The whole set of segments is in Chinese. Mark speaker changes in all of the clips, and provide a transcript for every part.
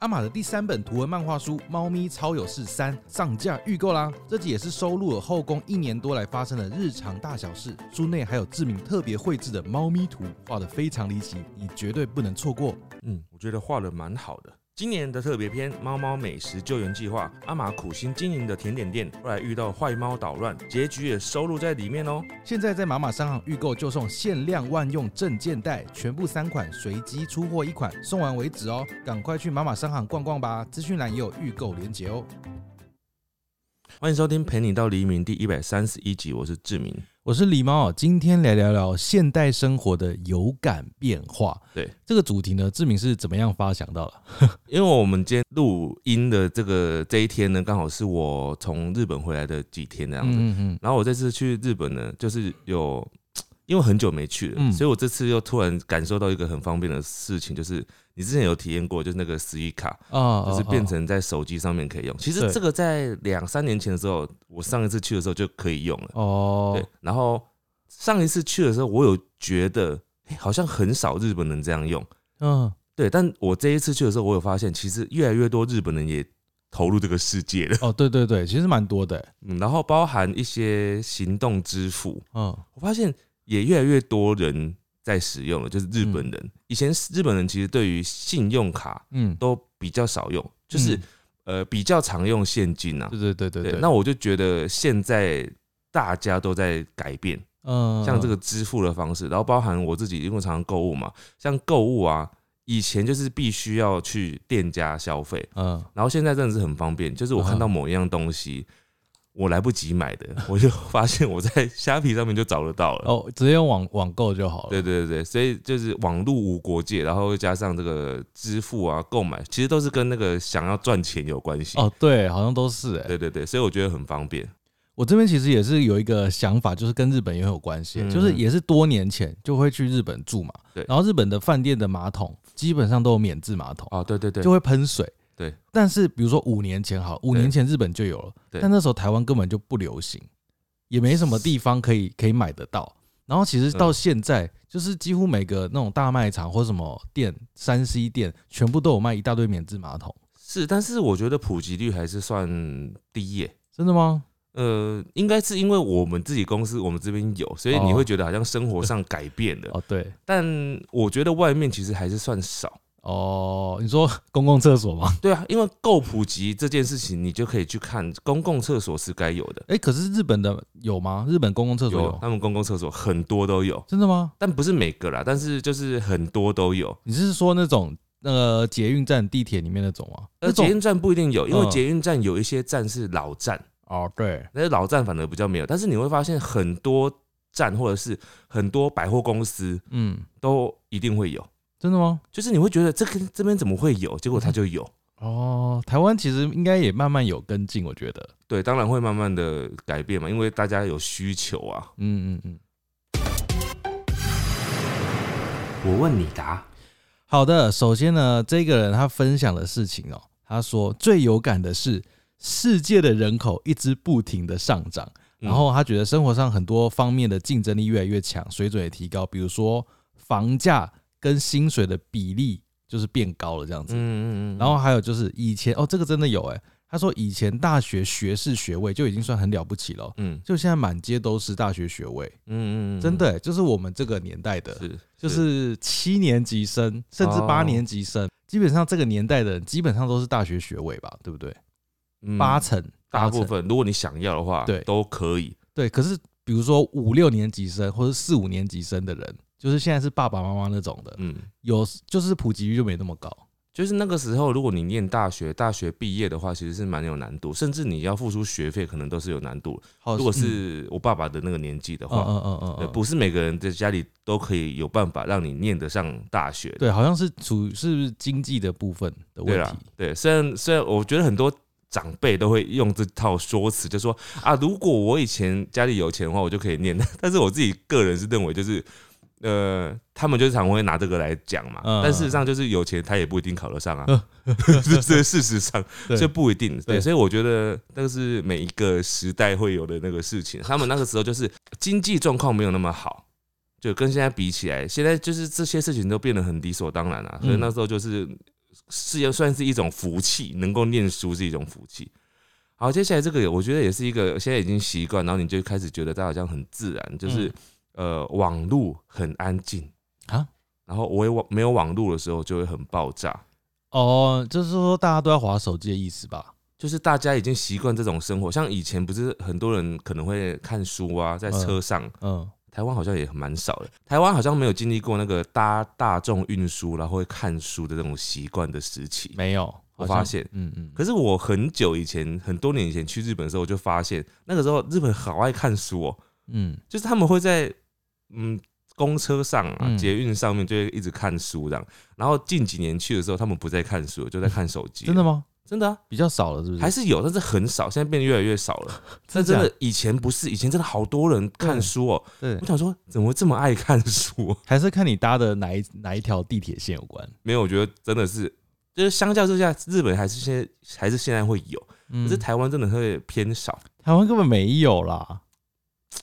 Speaker 1: 阿玛的第三本图文漫画书《猫咪超有事三》上架预购啦！这集也是收录了后宫一年多来发生的日常大小事，书内还有志明特别绘制的猫咪图，画的非常离奇，你绝对不能错过。
Speaker 2: 嗯，我觉得画的蛮好的。今年的特别篇《猫猫美食救援计划》，阿玛苦心经营的甜点店，后来遇到坏猫捣乱，结局也收录在里面哦。
Speaker 1: 现在在马马商行预购就送限量万用证件袋，全部三款，随机出货一款，送完为止哦！赶快去马马商行逛逛吧，资讯栏也有预购链接哦。
Speaker 2: 欢迎收听《陪你到黎明》第一百三十一集，我是志明。
Speaker 1: 我是狸猫，今天来聊聊现代生活的有感变化。
Speaker 2: 对
Speaker 1: 这个主题呢，志明是怎么样发想到的？
Speaker 2: 因为我们今天录音的这个这一天呢，刚好是我从日本回来的几天这样子。
Speaker 1: 嗯
Speaker 2: 然后我这次去日本呢，就是有因为很久没去了，
Speaker 1: 嗯
Speaker 2: 所以我这次又突然感受到一个很方便的事情，就是你之前有体验过，就是那个十一卡，
Speaker 1: 嗯啊
Speaker 2: 就是变成在手机上面可以用。其实
Speaker 1: 对
Speaker 2: 这个在两三年前的时候，我上一次去的时候就可以用了。
Speaker 1: 哦
Speaker 2: 对，，然后上一次去的时候，我有觉得、诶好像很少日本人这样用。
Speaker 1: 嗯，
Speaker 2: 对，但我这一次去的时候，我有发现，其实越来越多日本人也投入这个世界了。
Speaker 1: 哦，对对对，其实蛮多的欸，
Speaker 2: 嗯，然后包含一些行动支付，
Speaker 1: 嗯，
Speaker 2: 我发现也越来越多人在使用了，就是日本人。以前日本人其实对于信用卡
Speaker 1: 嗯，
Speaker 2: 都比较少用，就是、
Speaker 1: 嗯
Speaker 2: 呃比较常用现金啊。
Speaker 1: 对对对对
Speaker 2: 对
Speaker 1: 对，
Speaker 2: 那我就觉得现在大家都在改变，
Speaker 1: 嗯
Speaker 2: 像这个支付的方式，然后包含我自己，因为常常购物嘛，像购物啊，以前就是必须要去店家消费，
Speaker 1: 嗯
Speaker 2: 然后现在真的是很方便，就是我看到某一样东西。我来不及买的，我就发现我在虾皮上面就找得到了。
Speaker 1: 哦，直接用网网购就好了。
Speaker 2: 对对对对，所以就是网络无国界，然后又加上这个支付啊、购买，其实都是跟那个想要赚钱有关系。
Speaker 1: 哦，对，好像都是哎。
Speaker 2: 对对对，所以我觉得很方便。
Speaker 1: 我这边其实也是有一个想法，就是跟日本也很有关系，
Speaker 2: 嗯
Speaker 1: 就是也是多年前就会去日本住嘛，
Speaker 2: 对
Speaker 1: 然后日本的饭店的马桶基本上都有免治马桶，
Speaker 2: 哦，对对对
Speaker 1: 就，会喷水。
Speaker 2: 对，
Speaker 1: 但是比如说五年前好，五
Speaker 2: 对
Speaker 1: 年前日本就有了，
Speaker 2: 对
Speaker 1: 但那时候台湾根本就不流行，也没什么地方可以 可以买得到。然后其实到
Speaker 2: 嗯
Speaker 1: 现在，就是几乎每个那种大卖场或什么店、山西店，全部都有卖一大堆免治马桶。
Speaker 2: 是，但是我觉得普及率还是算低耶、
Speaker 1: 真的吗？
Speaker 2: 呃，应该是因为我们自己公司，我们这边有，所以你
Speaker 1: 哦
Speaker 2: 会觉得好像生活上改变了。
Speaker 1: 哦，对，
Speaker 2: 但我觉得外面其实还是算少。
Speaker 1: 哦，你说公共厕所 吗？
Speaker 2: 对啊，因为够普及这件事情，你就可以去看公共厕所是该有的，
Speaker 1: 哎，可是日本的有吗？日本公共厕所有？
Speaker 2: 他们公共厕所很多都有，
Speaker 1: 真的吗？
Speaker 2: 但不是每个啦，但是就是很多都有。
Speaker 1: 你是说那种那个捷运站、地铁里面那种吗？
Speaker 2: 而
Speaker 1: 那
Speaker 2: 呃捷
Speaker 1: 种
Speaker 2: 运站不一定有，因为
Speaker 1: 嗯
Speaker 2: 捷运站有一些站是老站，
Speaker 1: 哦，对，
Speaker 2: 那些老站反而比较没有。但是你会发现很多站或者是很多百货公司，
Speaker 1: 嗯，
Speaker 2: 都一定会有。
Speaker 1: 真的吗？
Speaker 2: 就是你会觉得这跟这边怎么会有，结果它就有。
Speaker 1: 哦，台湾其实应该也慢慢有跟进，我觉得。
Speaker 2: 对，当然会慢慢的改变嘛，因为大家有需求啊。
Speaker 1: 嗯嗯嗯。
Speaker 2: 我问你答，
Speaker 1: 好的，首先呢，这个人他分享的事情哦，他说最有感的是世界的人口一直不停的上涨，
Speaker 2: 嗯
Speaker 1: 然后他觉得生活上很多方面的竞争力越来越强，水准也提高，比如说房价跟薪水的比例就是变高了这样子。
Speaker 2: 嗯嗯嗯，
Speaker 1: 然后还有就是以前哦，这个真的有哎、他说以前大学学士学位就已经算很了不起了哦，
Speaker 2: 嗯
Speaker 1: 就现在满街都是大学学位。
Speaker 2: 嗯嗯嗯，
Speaker 1: 真的欸、就是我们这个年代的，
Speaker 2: 是
Speaker 1: 就是七年级生甚至
Speaker 2: 哦
Speaker 1: 八年级生，基本上这个年代的人基本上都是大学学位吧，对不对？
Speaker 2: 嗯
Speaker 1: 八成，
Speaker 2: 大
Speaker 1: 八成
Speaker 2: 部分，如果你想要的话，
Speaker 1: 对
Speaker 2: 都可以。
Speaker 1: 对。可是比如说五六年级生或者四五年级生的人，就是现在是爸爸妈妈那种的，
Speaker 2: 嗯，
Speaker 1: 有就是普及率就没那么高。
Speaker 2: 就是那个时候，如果你念大学，大学毕业的话，其实是蛮有难度，甚至你要付出学费，可能都是有难度。
Speaker 1: 好，
Speaker 2: 如果
Speaker 1: 嗯
Speaker 2: 是我爸爸的那个年纪的
Speaker 1: 嗯
Speaker 2: 话，
Speaker 1: 嗯嗯嗯
Speaker 2: 对，
Speaker 1: 嗯，
Speaker 2: 不是每个人在家里都可以有办法让你念得上大学的。
Speaker 1: 对，好像是处是不是经济的部分的
Speaker 2: 对
Speaker 1: 问
Speaker 2: 啊啦
Speaker 1: 题。，
Speaker 2: 对，虽然虽然我觉得很多长辈都会用这套说辞，就说啊，如果我以前家里有钱的话，我就可以念。 但是我自己个人是认为，就是呃，他们就常会拿这个来讲嘛。
Speaker 1: 嗯
Speaker 2: 但事实上，就是有钱他也不一定考得上啊，
Speaker 1: 嗯
Speaker 2: 这这事实上
Speaker 1: 对
Speaker 2: 这不一定。对，
Speaker 1: 对
Speaker 2: 所以我觉得那个是每一个时代会有的那个事情。他们那个时候就是经济状况没有那么好。就跟现在比起来，现在就是这些事情都变得很理所当然了、啊。所以
Speaker 1: 嗯
Speaker 2: 那时候就是是要算是一种福气，能够念书是一种福气。好，接下来这个我觉得也是一个现在已经习惯，然后你就开始觉得它好像很自然，就是、呃网路很安静
Speaker 1: 嗯啊，
Speaker 2: 然后我有网没有网路的时候就会很爆炸，
Speaker 1: 哦，就是说大家都要划手机的意思吧？
Speaker 2: 就是大家已经习惯这种生活，像以前不是很多人可能会看书啊，在车上，
Speaker 1: 嗯，
Speaker 2: 台湾好像也蛮少的，台湾好像没有经历过那个搭大众运输然后会看书的那种习惯的时期。
Speaker 1: 没有，好
Speaker 2: 我
Speaker 1: 像
Speaker 2: 发现
Speaker 1: 嗯嗯，
Speaker 2: 可是我很久以前，很多年以前去日本的时候，我就发现那个时候日本好爱看书哦、
Speaker 1: 嗯，
Speaker 2: 就是他们会在嗯公车上啊、
Speaker 1: 嗯
Speaker 2: 捷运上面就会一直看书这样。然后近几年去的时候，他们不再看书，就在看手机。
Speaker 1: 真的？吗？
Speaker 2: 真的啊，
Speaker 1: 比较少了，是不是？
Speaker 2: 还是有，但是很少，现在变得越来越少了。但真
Speaker 1: 假嗯
Speaker 2: 的以前不是，以前真的好多人看书哦、
Speaker 1: 对
Speaker 2: 我，想说，怎么会这么爱看书、
Speaker 1: 还是看你搭的哪一哪一条地铁线有关。
Speaker 2: 没有，我觉得真的是，就是相较之下，日本还是现在还是现在会有，
Speaker 1: 嗯
Speaker 2: 可是台湾真的会偏少。
Speaker 1: 台湾根本没有啦，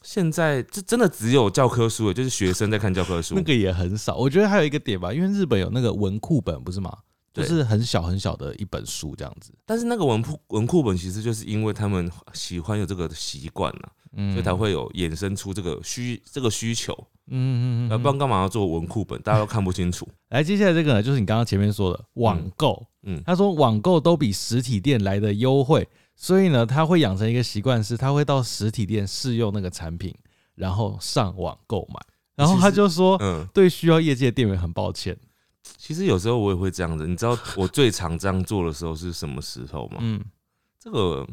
Speaker 2: 现在这真的只有教科书了，就是学生在看教科书。
Speaker 1: 那个也很少。我觉得还有一个点吧，因为日本有那个文库本，不是吗？就
Speaker 2: 对
Speaker 1: 是很小很小的一本书这样子。
Speaker 2: 但是那个文库文库本其实就是因为他们喜欢有这个习惯了，
Speaker 1: 嗯
Speaker 2: 所以才会有衍生出这个需这个需求。
Speaker 1: 嗯嗯嗯
Speaker 2: 那
Speaker 1: 嗯
Speaker 2: 不然干嘛要做文库本？大家都看不清楚。
Speaker 1: 来，接下来这个呢，就是你刚刚前面说的网购。
Speaker 2: 嗯嗯
Speaker 1: 他说网购都比实体店来的优惠，所以呢，他会养成一个习惯，是他会到实体店试用那个产品，然后上网购买。然后他就说，
Speaker 2: 嗯，
Speaker 1: 对需要业界店员很抱歉。
Speaker 2: 其实有时候我也会这样子。你知道我最常这样做的时候是什么时候吗？
Speaker 1: 嗯，
Speaker 2: 这个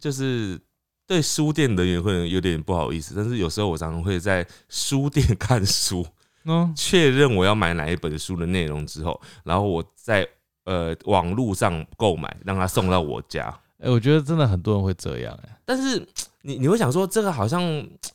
Speaker 2: 就是对书店人员会有点不好意思，但是有时候我常常会在书店看书，
Speaker 1: 嗯，
Speaker 2: 确认我要买哪一本书的内容之后，然后我在呃网络上购买，让他送到我家。
Speaker 1: 哎、我觉得真的很多人会这样、哎，
Speaker 2: 但是你你会想说，这个好像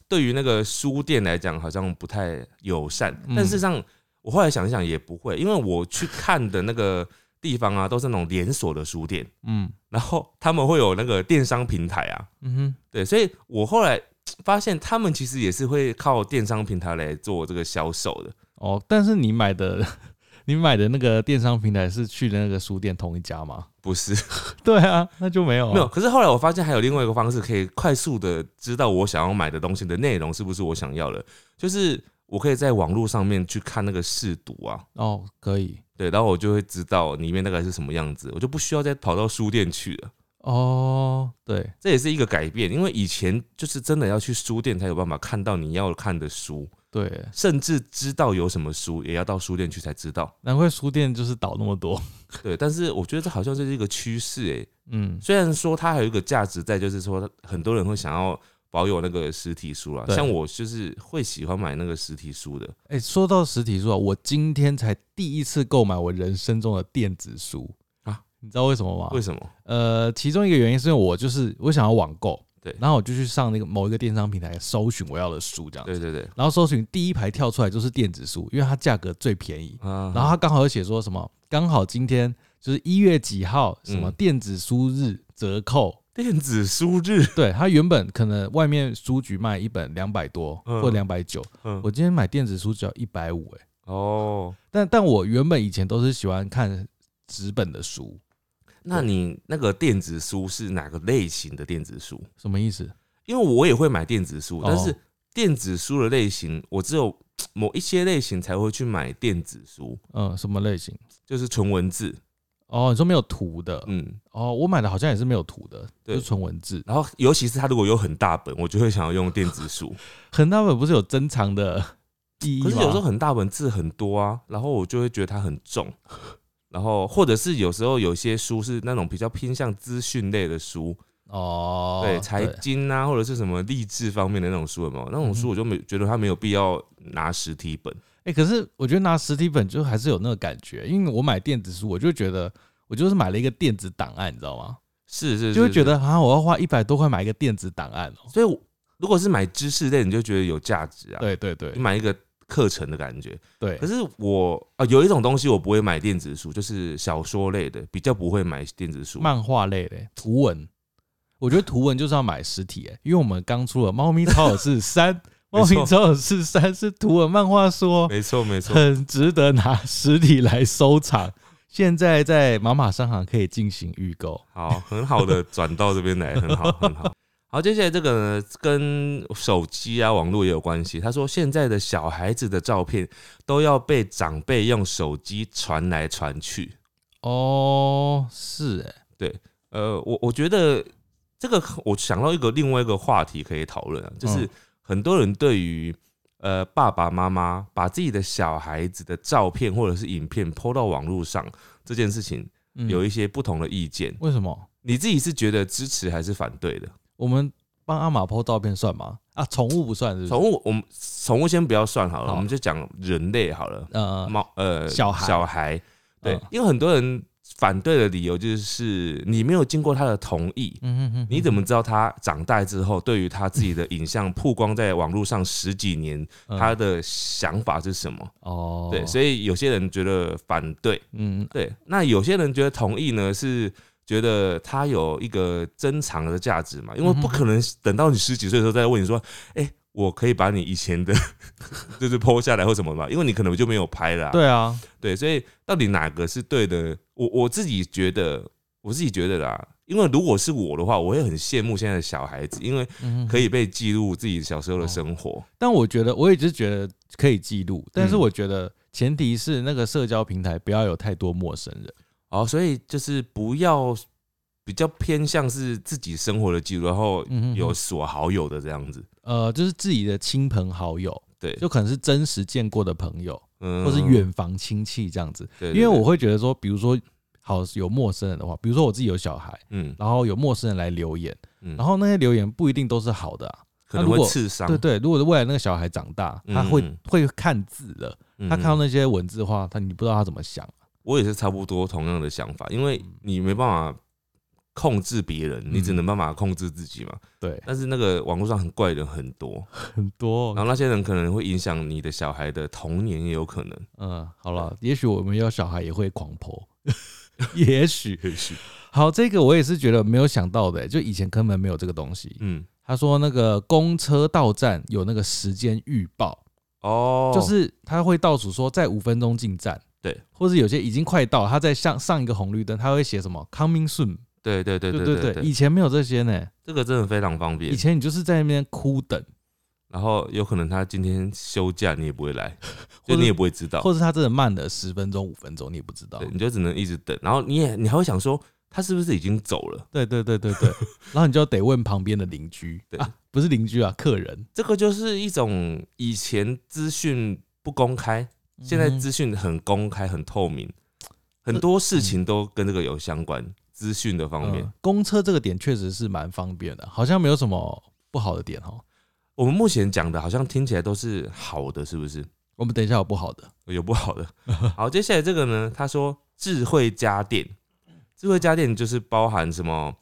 Speaker 2: 对于那个书店来讲好像不太友善，
Speaker 1: 嗯
Speaker 2: 但事实上我后来想一想也不会，因为我去看的那个地方啊，都是那种连锁的书店，
Speaker 1: 嗯
Speaker 2: 然后他们会有那个电商平台啊，
Speaker 1: 嗯哼，
Speaker 2: 对，所以我后来发现他们其实也是会靠电商平台来做这个销售的。
Speaker 1: 哦，但是你买的， 你买的那个电商平台是去的那个书店同一家吗？
Speaker 2: 不是，
Speaker 1: 对啊，那就没有、啊，
Speaker 2: 没有。，可是后来我发现还有另外一个方式，可以快速的知道我想要买的东西的内容是不是我想要的，就是我可以在网络上面去看那个试读啊，
Speaker 1: 哦，可以，
Speaker 2: 对，然后我就会知道里面大概是什么样子，我就不需要再跑到书店去了。
Speaker 1: 哦，对，
Speaker 2: 这也是一个改变，因为以前就是真的要去书店才有办法看到你要看的书，
Speaker 1: 对，
Speaker 2: 甚至知道有什么书也要到书店去才知道。
Speaker 1: 难怪书店就是倒那么多。
Speaker 2: 对，但是我觉得这好像就是一个趋势欸诶、
Speaker 1: 嗯，
Speaker 2: 虽然说它还有一个价值在，就是说很多人会想要保有那个实体书啦，
Speaker 1: 对
Speaker 2: 像我就是会喜欢买那个实体书的。
Speaker 1: 哎、说到实体书啊，我今天才第一次购买我人生中的电子书
Speaker 2: 啊
Speaker 1: 啊，你知道为什么吗？
Speaker 2: 为什么？
Speaker 1: 呃，其中一个原因是因为我就是我想要网购，
Speaker 2: 对
Speaker 1: 然后我就去上那个某一个电商平台搜寻我要的书这样子，
Speaker 2: 对对对，
Speaker 1: 然后搜寻第一排跳出来就是电子书，因为它价格最便宜，
Speaker 2: 啊
Speaker 1: 然后它刚好有写说什么，刚好今天就是一月几号什么
Speaker 2: 嗯
Speaker 1: 电子书日折扣，
Speaker 2: 电子书日，
Speaker 1: 对，它原本可能外面书局卖一本两百多
Speaker 2: 嗯
Speaker 1: 或两百九，
Speaker 2: 嗯
Speaker 1: 我今天买电子书只要一百五哎，
Speaker 2: 哦，
Speaker 1: 但但我原本以前都是喜欢看纸本的书，
Speaker 2: 那你那个电子书是哪个类型的电子书？
Speaker 1: 什么意思？
Speaker 2: 因为我也会买电子书，
Speaker 1: 哦
Speaker 2: 但是电子书的类型，我只有某一些类型才会去买电子书，
Speaker 1: 嗯，什么类型？
Speaker 2: 就是纯文字，
Speaker 1: 哦，你说没有图的，
Speaker 2: 嗯，
Speaker 1: 哦，我买的好像也是没有图的，
Speaker 2: 对
Speaker 1: 就是纯文字。
Speaker 2: 然后尤其是它如果有很大本，我就会想要用电子书。
Speaker 1: 很大本不是有珍藏的意啊义
Speaker 2: 可
Speaker 1: 吗？
Speaker 2: 是有时候很大本字很多啊，然后我就会觉得它很重，然后或者是有时候有些书是那种比较偏向资讯类的书，
Speaker 1: 哦，
Speaker 2: 对财经啊或者是什么励志方面的那种书有没有？那种
Speaker 1: 嗯哼
Speaker 2: 书我就没觉得它没有必要拿实体本，
Speaker 1: 哎、可是我觉得拿实体本就还是有那个感觉，因为我买电子书，我就觉得我就是买了一个电子档案，你知道吗？
Speaker 2: 是是是，
Speaker 1: 就会觉
Speaker 2: 是，
Speaker 1: 得啊，我要花一百多块买一个电子档案哦、
Speaker 2: 所以我如果是买知识类，你就觉得有价值啊，
Speaker 1: 对对对
Speaker 2: 你买一个课程的感觉。
Speaker 1: 对
Speaker 2: 可，是我啊，有一种东西我不会买电子书，就是小说类的，比较不会买电子书。
Speaker 1: 漫画类的图文，我觉得图文就是要买实体、欸，因为我们刚出了《猫咪超有事 三》，《
Speaker 2: 没
Speaker 1: 猫
Speaker 2: 错
Speaker 1: 咪超有事三》是图文漫画书哦、
Speaker 2: 没错没错，
Speaker 1: 很值得拿实体来收藏。现在在马马商行可以进行预购。
Speaker 2: 好，很好的转到这边来，很 好，很好。好，接下来这个呢，跟手机啊、网络也有关系。他说，现在的小孩子的照片都要被长辈用手机传来传去。
Speaker 1: 哦，是哎、
Speaker 2: 呃，我我觉得这个我想到一个另外一个话题可以讨论啊，就是
Speaker 1: 嗯
Speaker 2: 很多人对于呃爸爸妈妈把自己的小孩子的照片或者是影片抛到网络上这件事情，
Speaker 1: 嗯
Speaker 2: 有一些不同的意见。
Speaker 1: 为什么
Speaker 2: 你自己是觉得支持还是反对的？
Speaker 1: 我们帮阿玛 PO 照片算吗？啊，宠物不算是不是？
Speaker 2: 宠物，我们宠物先不要算好了，
Speaker 1: 好
Speaker 2: 我们就讲人类好了。
Speaker 1: 呃，
Speaker 2: 猫呃，
Speaker 1: 小孩
Speaker 2: 小孩，对
Speaker 1: 嗯，
Speaker 2: 因为很多人反对的理由就是你没有经过他的同意，
Speaker 1: 嗯嗯嗯，
Speaker 2: 你怎么知道他长大之后对于他自己的影像曝光在网络上十几年，
Speaker 1: 嗯
Speaker 2: 他的想法是什么？
Speaker 1: 哦，
Speaker 2: 对，所以有些人觉得反对，
Speaker 1: 嗯
Speaker 2: 对，那有些人觉得同意呢是。觉得他有一个珍藏的价值嘛，因
Speaker 1: 嗯
Speaker 2: 为不可能等到你十几岁的时候再问你说，哎、我可以把你以前的 就是 PO 下来或什么嘛，因为你可能就没有拍了、啊。
Speaker 1: 对啊，
Speaker 2: 对，所以到底哪个是对的？我我自己觉得，我自己觉得啦，因为如果是我的话，我会很羡慕现在的小孩子，因为
Speaker 1: 嗯哦
Speaker 2: 可
Speaker 1: 以。
Speaker 2: 以被记录自己小时候的生活。
Speaker 1: 但我觉得，我也只是觉得可以记录，但是
Speaker 2: 嗯
Speaker 1: 我觉得前提是那个社交平台不要有太多陌生人。
Speaker 2: 哦，所以就是不要比较偏向是自己生活的记录，然后
Speaker 1: 嗯嗯嗯
Speaker 2: 有所好友的这样子。
Speaker 1: 呃，就是自己的亲朋好友，
Speaker 2: 对，
Speaker 1: 就可能是真实见过的朋友，
Speaker 2: 嗯
Speaker 1: 或是远房亲戚这样子。
Speaker 2: 对，
Speaker 1: 因
Speaker 2: 对
Speaker 1: 为我
Speaker 2: 对
Speaker 1: 会觉得说，比如说好有陌生人的话，比如说我自己有小孩，
Speaker 2: 嗯
Speaker 1: 然后有陌生人来留言，
Speaker 2: 嗯，
Speaker 1: 然后那些留言不一定都是好的啊。
Speaker 2: 可
Speaker 1: 那
Speaker 2: 能
Speaker 1: 如
Speaker 2: 会
Speaker 1: 果
Speaker 2: 刺伤，
Speaker 1: 对对，如果未来那个小孩长大，他会
Speaker 2: 嗯
Speaker 1: 会看字了，
Speaker 2: 嗯，
Speaker 1: 他看到
Speaker 2: 嗯
Speaker 1: 那些文字的话，他你不知道他怎么想。
Speaker 2: 我也是差不多同样的想法，因为你没办法控制别人，你只
Speaker 1: 嗯
Speaker 2: 能办法控制自己嘛。
Speaker 1: 对，
Speaker 2: 但是那个网络上很怪的人很多，
Speaker 1: 很多
Speaker 2: 然后那些人可能会影响你的小孩的童年，也有可能。
Speaker 1: 嗯，好了，也许我们有小孩也会狂泼， 也许
Speaker 2: 也许，
Speaker 1: 好，这个我也是觉得没有想到的、就以前根本没有这个东西。
Speaker 2: 嗯，
Speaker 1: 他说那个公车到站有那个时间预报，
Speaker 2: 哦，
Speaker 1: 就是他会倒数说在五分钟进站，
Speaker 2: 对，
Speaker 1: 或是有些已经快到了，他在上上一个红绿灯，他会写什么 “coming soon”，
Speaker 2: 对对对
Speaker 1: 对
Speaker 2: 对
Speaker 1: 对
Speaker 2: 对，
Speaker 1: 以前没有这些呢，
Speaker 2: 这个真的非常方便
Speaker 1: 以。前你就是在那边哭等，
Speaker 2: 然后有可能他今天休假，你也不会来，
Speaker 1: 或
Speaker 2: 就
Speaker 1: 者
Speaker 2: 你也不会知道，
Speaker 1: 或是他真的慢了十分钟、五分钟，你也不知道
Speaker 2: 对，。你就只能一直等。然后你也你还会想说，他是不是已经走了？
Speaker 1: 对对对 对对，然后你就得问旁边的邻居，
Speaker 2: 对
Speaker 1: 啊，不是邻居啊，客人。
Speaker 2: 这个就是一种以前资讯不公开，现在
Speaker 1: 嗯
Speaker 2: 资讯很公开、很透明，很多事情都跟这个有相关。资讯的方面
Speaker 1: 嗯，公车这个点确实是蛮方便的，好像没有什么不好的点哦。
Speaker 2: 我们目前讲的好像听起来都是好的，是不是？
Speaker 1: 我们等一下有不好的，
Speaker 2: 有不 好的。好，接下来这个呢，他说智慧家电，智慧家电就是包含什么？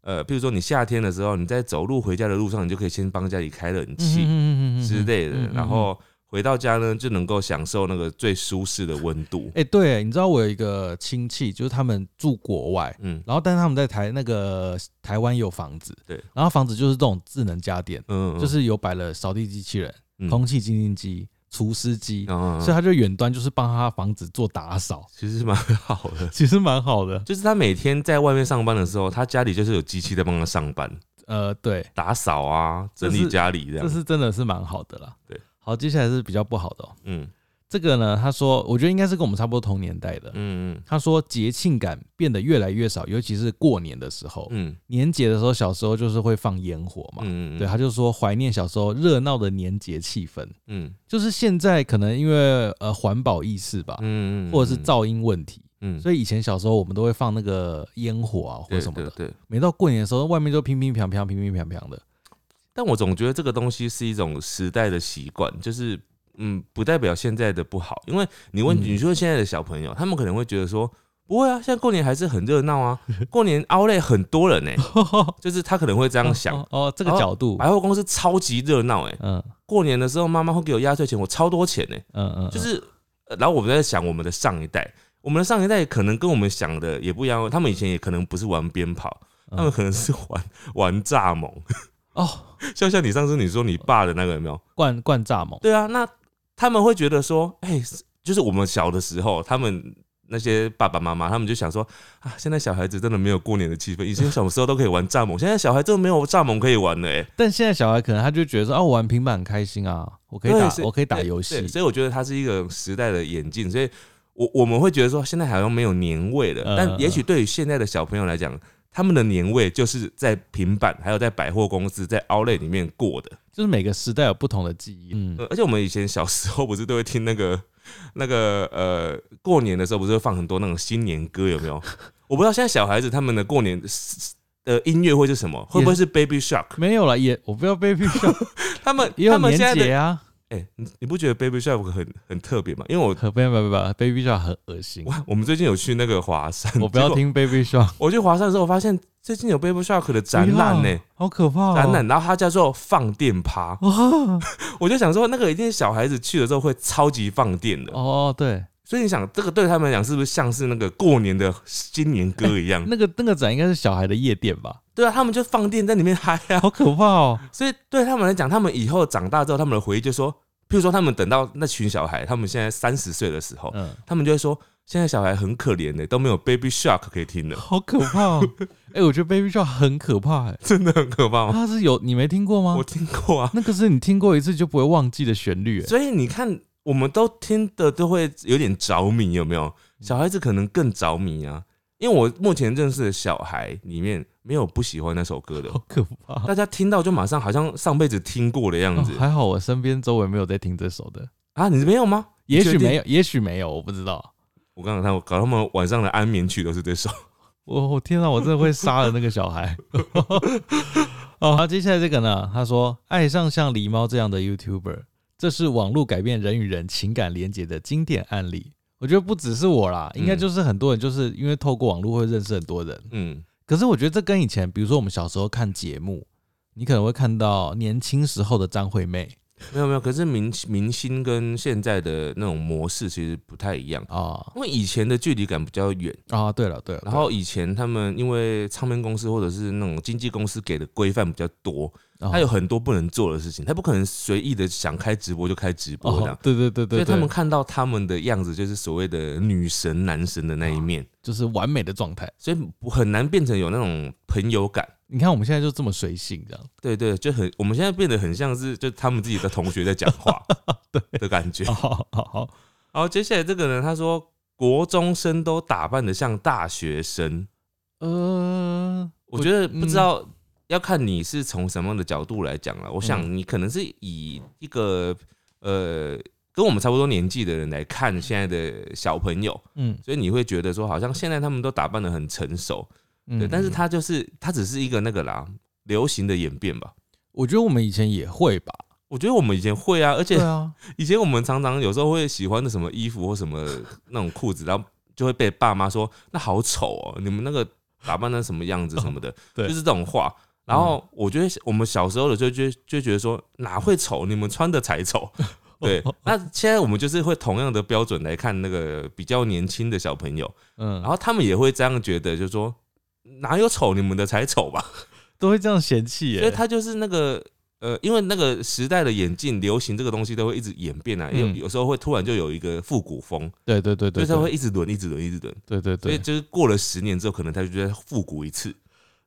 Speaker 2: 呃，譬如说你夏天的时候，你在走路回家的路上，你就可以先帮家里开冷气
Speaker 1: 嗯
Speaker 2: 之类的，
Speaker 1: 嗯嗯
Speaker 2: 然，
Speaker 1: 嗯嗯嗯嗯嗯
Speaker 2: 后回到家呢，就能够享受那个最舒适的温度。
Speaker 1: 哎、对，你知道我有一个亲戚，就是他们住国外，
Speaker 2: 嗯
Speaker 1: 然后但是他们在台那个台湾有房子，
Speaker 2: 对，
Speaker 1: 然后房子就是这种智能家电，
Speaker 2: 嗯，
Speaker 1: 就是有摆了扫地机器人、
Speaker 2: 嗯
Speaker 1: 空气清净机、除湿机，
Speaker 2: 嗯，
Speaker 1: 所以他就远端就是啊帮他房子做打扫，
Speaker 2: 其实蛮好的。
Speaker 1: 其实蛮好的。
Speaker 2: 就是他每天在外面上班的时候，他家里就是有机器在帮他上班，
Speaker 1: 呃，对，
Speaker 2: 打扫啊，整
Speaker 1: 这
Speaker 2: 理
Speaker 1: 是
Speaker 2: 家里这
Speaker 1: 这
Speaker 2: 样。
Speaker 1: 是真的是蛮好的啦。
Speaker 2: 对，
Speaker 1: 好，接下来是比较不好的哦、
Speaker 2: 嗯
Speaker 1: 这个呢，他说，我觉得应该是跟我们差不多同年代的。
Speaker 2: 嗯
Speaker 1: 他说，节庆感变得越来越少，尤其是过年的时候
Speaker 2: 嗯，嗯
Speaker 1: 年节的时候，小时候就是会放烟火嘛。
Speaker 2: 嗯，
Speaker 1: 对，他就说怀念小时候热闹的年节气氛，
Speaker 2: 嗯
Speaker 1: 就是现在可能因为呃环保意识吧，
Speaker 2: 嗯，
Speaker 1: 或者是噪音问题，
Speaker 2: 嗯，
Speaker 1: 所以以前小时候我们都会放那个烟火啊或
Speaker 2: 对
Speaker 1: 什么的。
Speaker 2: 对对。
Speaker 1: 每到过年的时候，外面就乒乒乓乓、乒乒乓乓的。
Speaker 2: 但我总觉得这个东西是一种时代的习惯，就是嗯，不代表现在的不好。因为你问
Speaker 1: 嗯
Speaker 2: 你说现在的小朋友，他们可能会觉得说，不会啊，现在过年还是很热闹啊，过年 outlet 很多人呢、欸 就是他可能会这样想
Speaker 1: 哦。哦，这个角度，
Speaker 2: 百货公司超级热闹哎，
Speaker 1: 嗯
Speaker 2: 过年的时候妈妈会给我压岁钱，我超多钱呢、
Speaker 1: 嗯嗯，
Speaker 2: 就是，呃然后我们在想我们的上一代，我们的上一代可能跟我们想的也不一样哦，他们以前也可能不是玩鞭炮，
Speaker 1: 嗯
Speaker 2: 他们可能是玩玩蚱蜢，
Speaker 1: 哦，
Speaker 2: 像像你上次你说你爸的那个有没有？
Speaker 1: 灌灌蚱蜢。
Speaker 2: 对啊，那他们会觉得说，哎、就是我们小的时候，他们那些爸爸妈妈，他们就想说啊，现在小孩子真的没有过年的气氛，以前小时候都可以玩蚱 蜢，现在小孩真的没有蚱蜢可以玩了、欸，
Speaker 1: 但现在小孩可能他就觉得说，哦、啊，我玩平板很开心啊，我可以
Speaker 2: 对
Speaker 1: 打
Speaker 2: 是，
Speaker 1: 我可以打游戏
Speaker 2: 对，所以我觉得它是一个时代的演进，所以我我们会觉得说现在好像没有年味了，
Speaker 1: 嗯
Speaker 2: 但也许对于现在的小朋友来讲，他们的年味就是在平板，还有在百货公司、在 Outlet 里面过的。
Speaker 1: 就是每个时代有不同的记忆。嗯，
Speaker 2: 呃而且我们以前小时候不是都会听那个那个呃，过年的时候不是会放很多那种新年歌，有没有？我不知道现在小孩子他们的过年呃音乐会是什么，会不会是 Baby Shark？
Speaker 1: 没有了，也我不要被批评，
Speaker 2: 他们
Speaker 1: 也有
Speaker 2: 他们现在
Speaker 1: 年节
Speaker 2: 的
Speaker 1: 啊。
Speaker 2: 哎、你你不觉得 Baby Shark 很很特别吗？因为我
Speaker 1: 可不要不要不要，Baby Shark 很恶心，
Speaker 2: 哇，我们最近有去那个华山，
Speaker 1: 我不要
Speaker 2: 结果。
Speaker 1: 听 Baby Shark
Speaker 2: 我去华山的时候，我发现最近有 Baby Shark 的展览呢、
Speaker 1: 不要 好可怕、哦。
Speaker 2: 展览，然后它叫做放电趴，
Speaker 1: 啊，
Speaker 2: 我就想说那个一定是小孩子去了之后会超级放电的，
Speaker 1: 哦对，
Speaker 2: 所以你想这个对他们来讲是不是像是那个过年的新年歌一 样？
Speaker 1: 那个那个展应该是小孩的夜店吧，
Speaker 2: 对啊，他们就放电在里面嗨啊，
Speaker 1: 好可怕哦。
Speaker 2: 所以对他们来讲，他们以后长大之后，他们的回忆就说，譬如说他们等到那群小孩，他们现在三十岁的时候，
Speaker 1: 嗯，
Speaker 2: 他们就会说现在小孩很可怜的、都没有 Baby Shark 可以听了，
Speaker 1: 好可怕、哦。 哎、我觉得 Baby Shark 很可怕、哎，
Speaker 2: 真的很可怕 吗？
Speaker 1: 它是有你没听过吗
Speaker 2: 哦我？听过啊，
Speaker 1: 那个是你听过一次就不会忘记的旋律、哎，
Speaker 2: 所以你看，我们都听的都会有点着迷，有没有？小孩子可能更着迷啊，因为我目前认识的小孩里面没有不喜欢那首歌的
Speaker 1: 好，可怕。
Speaker 2: 大家听到就马上好像上辈子听过的样
Speaker 1: 哦
Speaker 2: 子、
Speaker 1: 还好我身边周围没有在听这首的，
Speaker 2: 啊？你没有吗？
Speaker 1: 也许没有，
Speaker 2: 有。
Speaker 1: 也许没有，我不知道。
Speaker 2: 我刚刚看我搞他们晚上的安眠曲都是这首，
Speaker 1: 我我天啊，我真的会杀了那个小孩。 哦，好，接下来这个呢？他说爱上像狸猫这样的 YouTuber，这是网络改变人与人情感连结的经典案例。我觉得不只是我啦，应该就是很多人就是因为透过网络会认识很多人。
Speaker 2: 嗯，
Speaker 1: 可是我觉得这跟以前，比如说我们小时候看节目，你可能会看到年轻时候的张惠妹
Speaker 2: 没有没有。可是明明星跟现在的那种模式其实不太一样，
Speaker 1: 啊
Speaker 2: 因为以前的距离感比较远，
Speaker 1: 啊，对了对了，
Speaker 2: 然后以前他们因为唱片公司或者是那种经纪公司给的规范比较多，
Speaker 1: 对了
Speaker 2: 他有很多不能做的事情，他不可能随意的想开直播就开直播这
Speaker 1: 哦
Speaker 2: 样，。
Speaker 1: 对对对
Speaker 2: 所
Speaker 1: 对，
Speaker 2: 以他
Speaker 1: 对
Speaker 2: 们看到他们的样子，就是所谓的女神、男神的那一面，
Speaker 1: 就是完美的状态。
Speaker 2: 所以不很难变成有那种朋友感。
Speaker 1: 你看我们现在就这么随性，这样
Speaker 2: 对对，就很我们现在变得很像是就他们自己的同学在讲 话的感觉。
Speaker 1: 好好好好，
Speaker 2: 然后接下来这个人他说，国中生都打扮的像大学生，
Speaker 1: 呃，
Speaker 2: 我觉得
Speaker 1: 嗯
Speaker 2: 不知道要看你是从什么样的角度来讲了。我想
Speaker 1: 嗯
Speaker 2: 你可能是以一个呃跟我们差不多年纪的人来看现在的小朋友，
Speaker 1: 嗯
Speaker 2: 所以你会觉得说好像现在他们都打扮的很成熟，
Speaker 1: 嗯
Speaker 2: 对，但是
Speaker 1: 嗯
Speaker 2: 他就是他只是一个那个啦流行的演变吧。
Speaker 1: 我觉得我们以前也会吧，
Speaker 2: 我觉得我们以前会啊，而且
Speaker 1: 对啊，
Speaker 2: 以前我们常常有时候会喜欢的什么衣服或什么那种裤子，然后就会被爸妈说那好丑哦，你们那个打扮成什么样子什么的，
Speaker 1: 对
Speaker 2: 就是这种话。然后我觉得我们小时候的就就就觉得说哪会丑，你们穿的才丑。 对，那现在我们就是会同样的标准来看那个比较年轻的小朋友，
Speaker 1: 嗯，
Speaker 2: 然后他们也会这样觉得，就说哪有丑，你们的才丑吧。
Speaker 1: 都会这样嫌弃耶，
Speaker 2: 所以它就是那个呃，因为那个时代的演进、流行这个东西都会一直演变啊，有
Speaker 1: 嗯
Speaker 2: 有时候会突然就有一个复古风，
Speaker 1: 对对对
Speaker 2: 所
Speaker 1: 对，
Speaker 2: 以它会
Speaker 1: 对
Speaker 2: 一直轮、一直轮、一直轮。
Speaker 1: 对对
Speaker 2: 所以
Speaker 1: 对，
Speaker 2: 就是过了十年之后，可能它就觉得复古一次，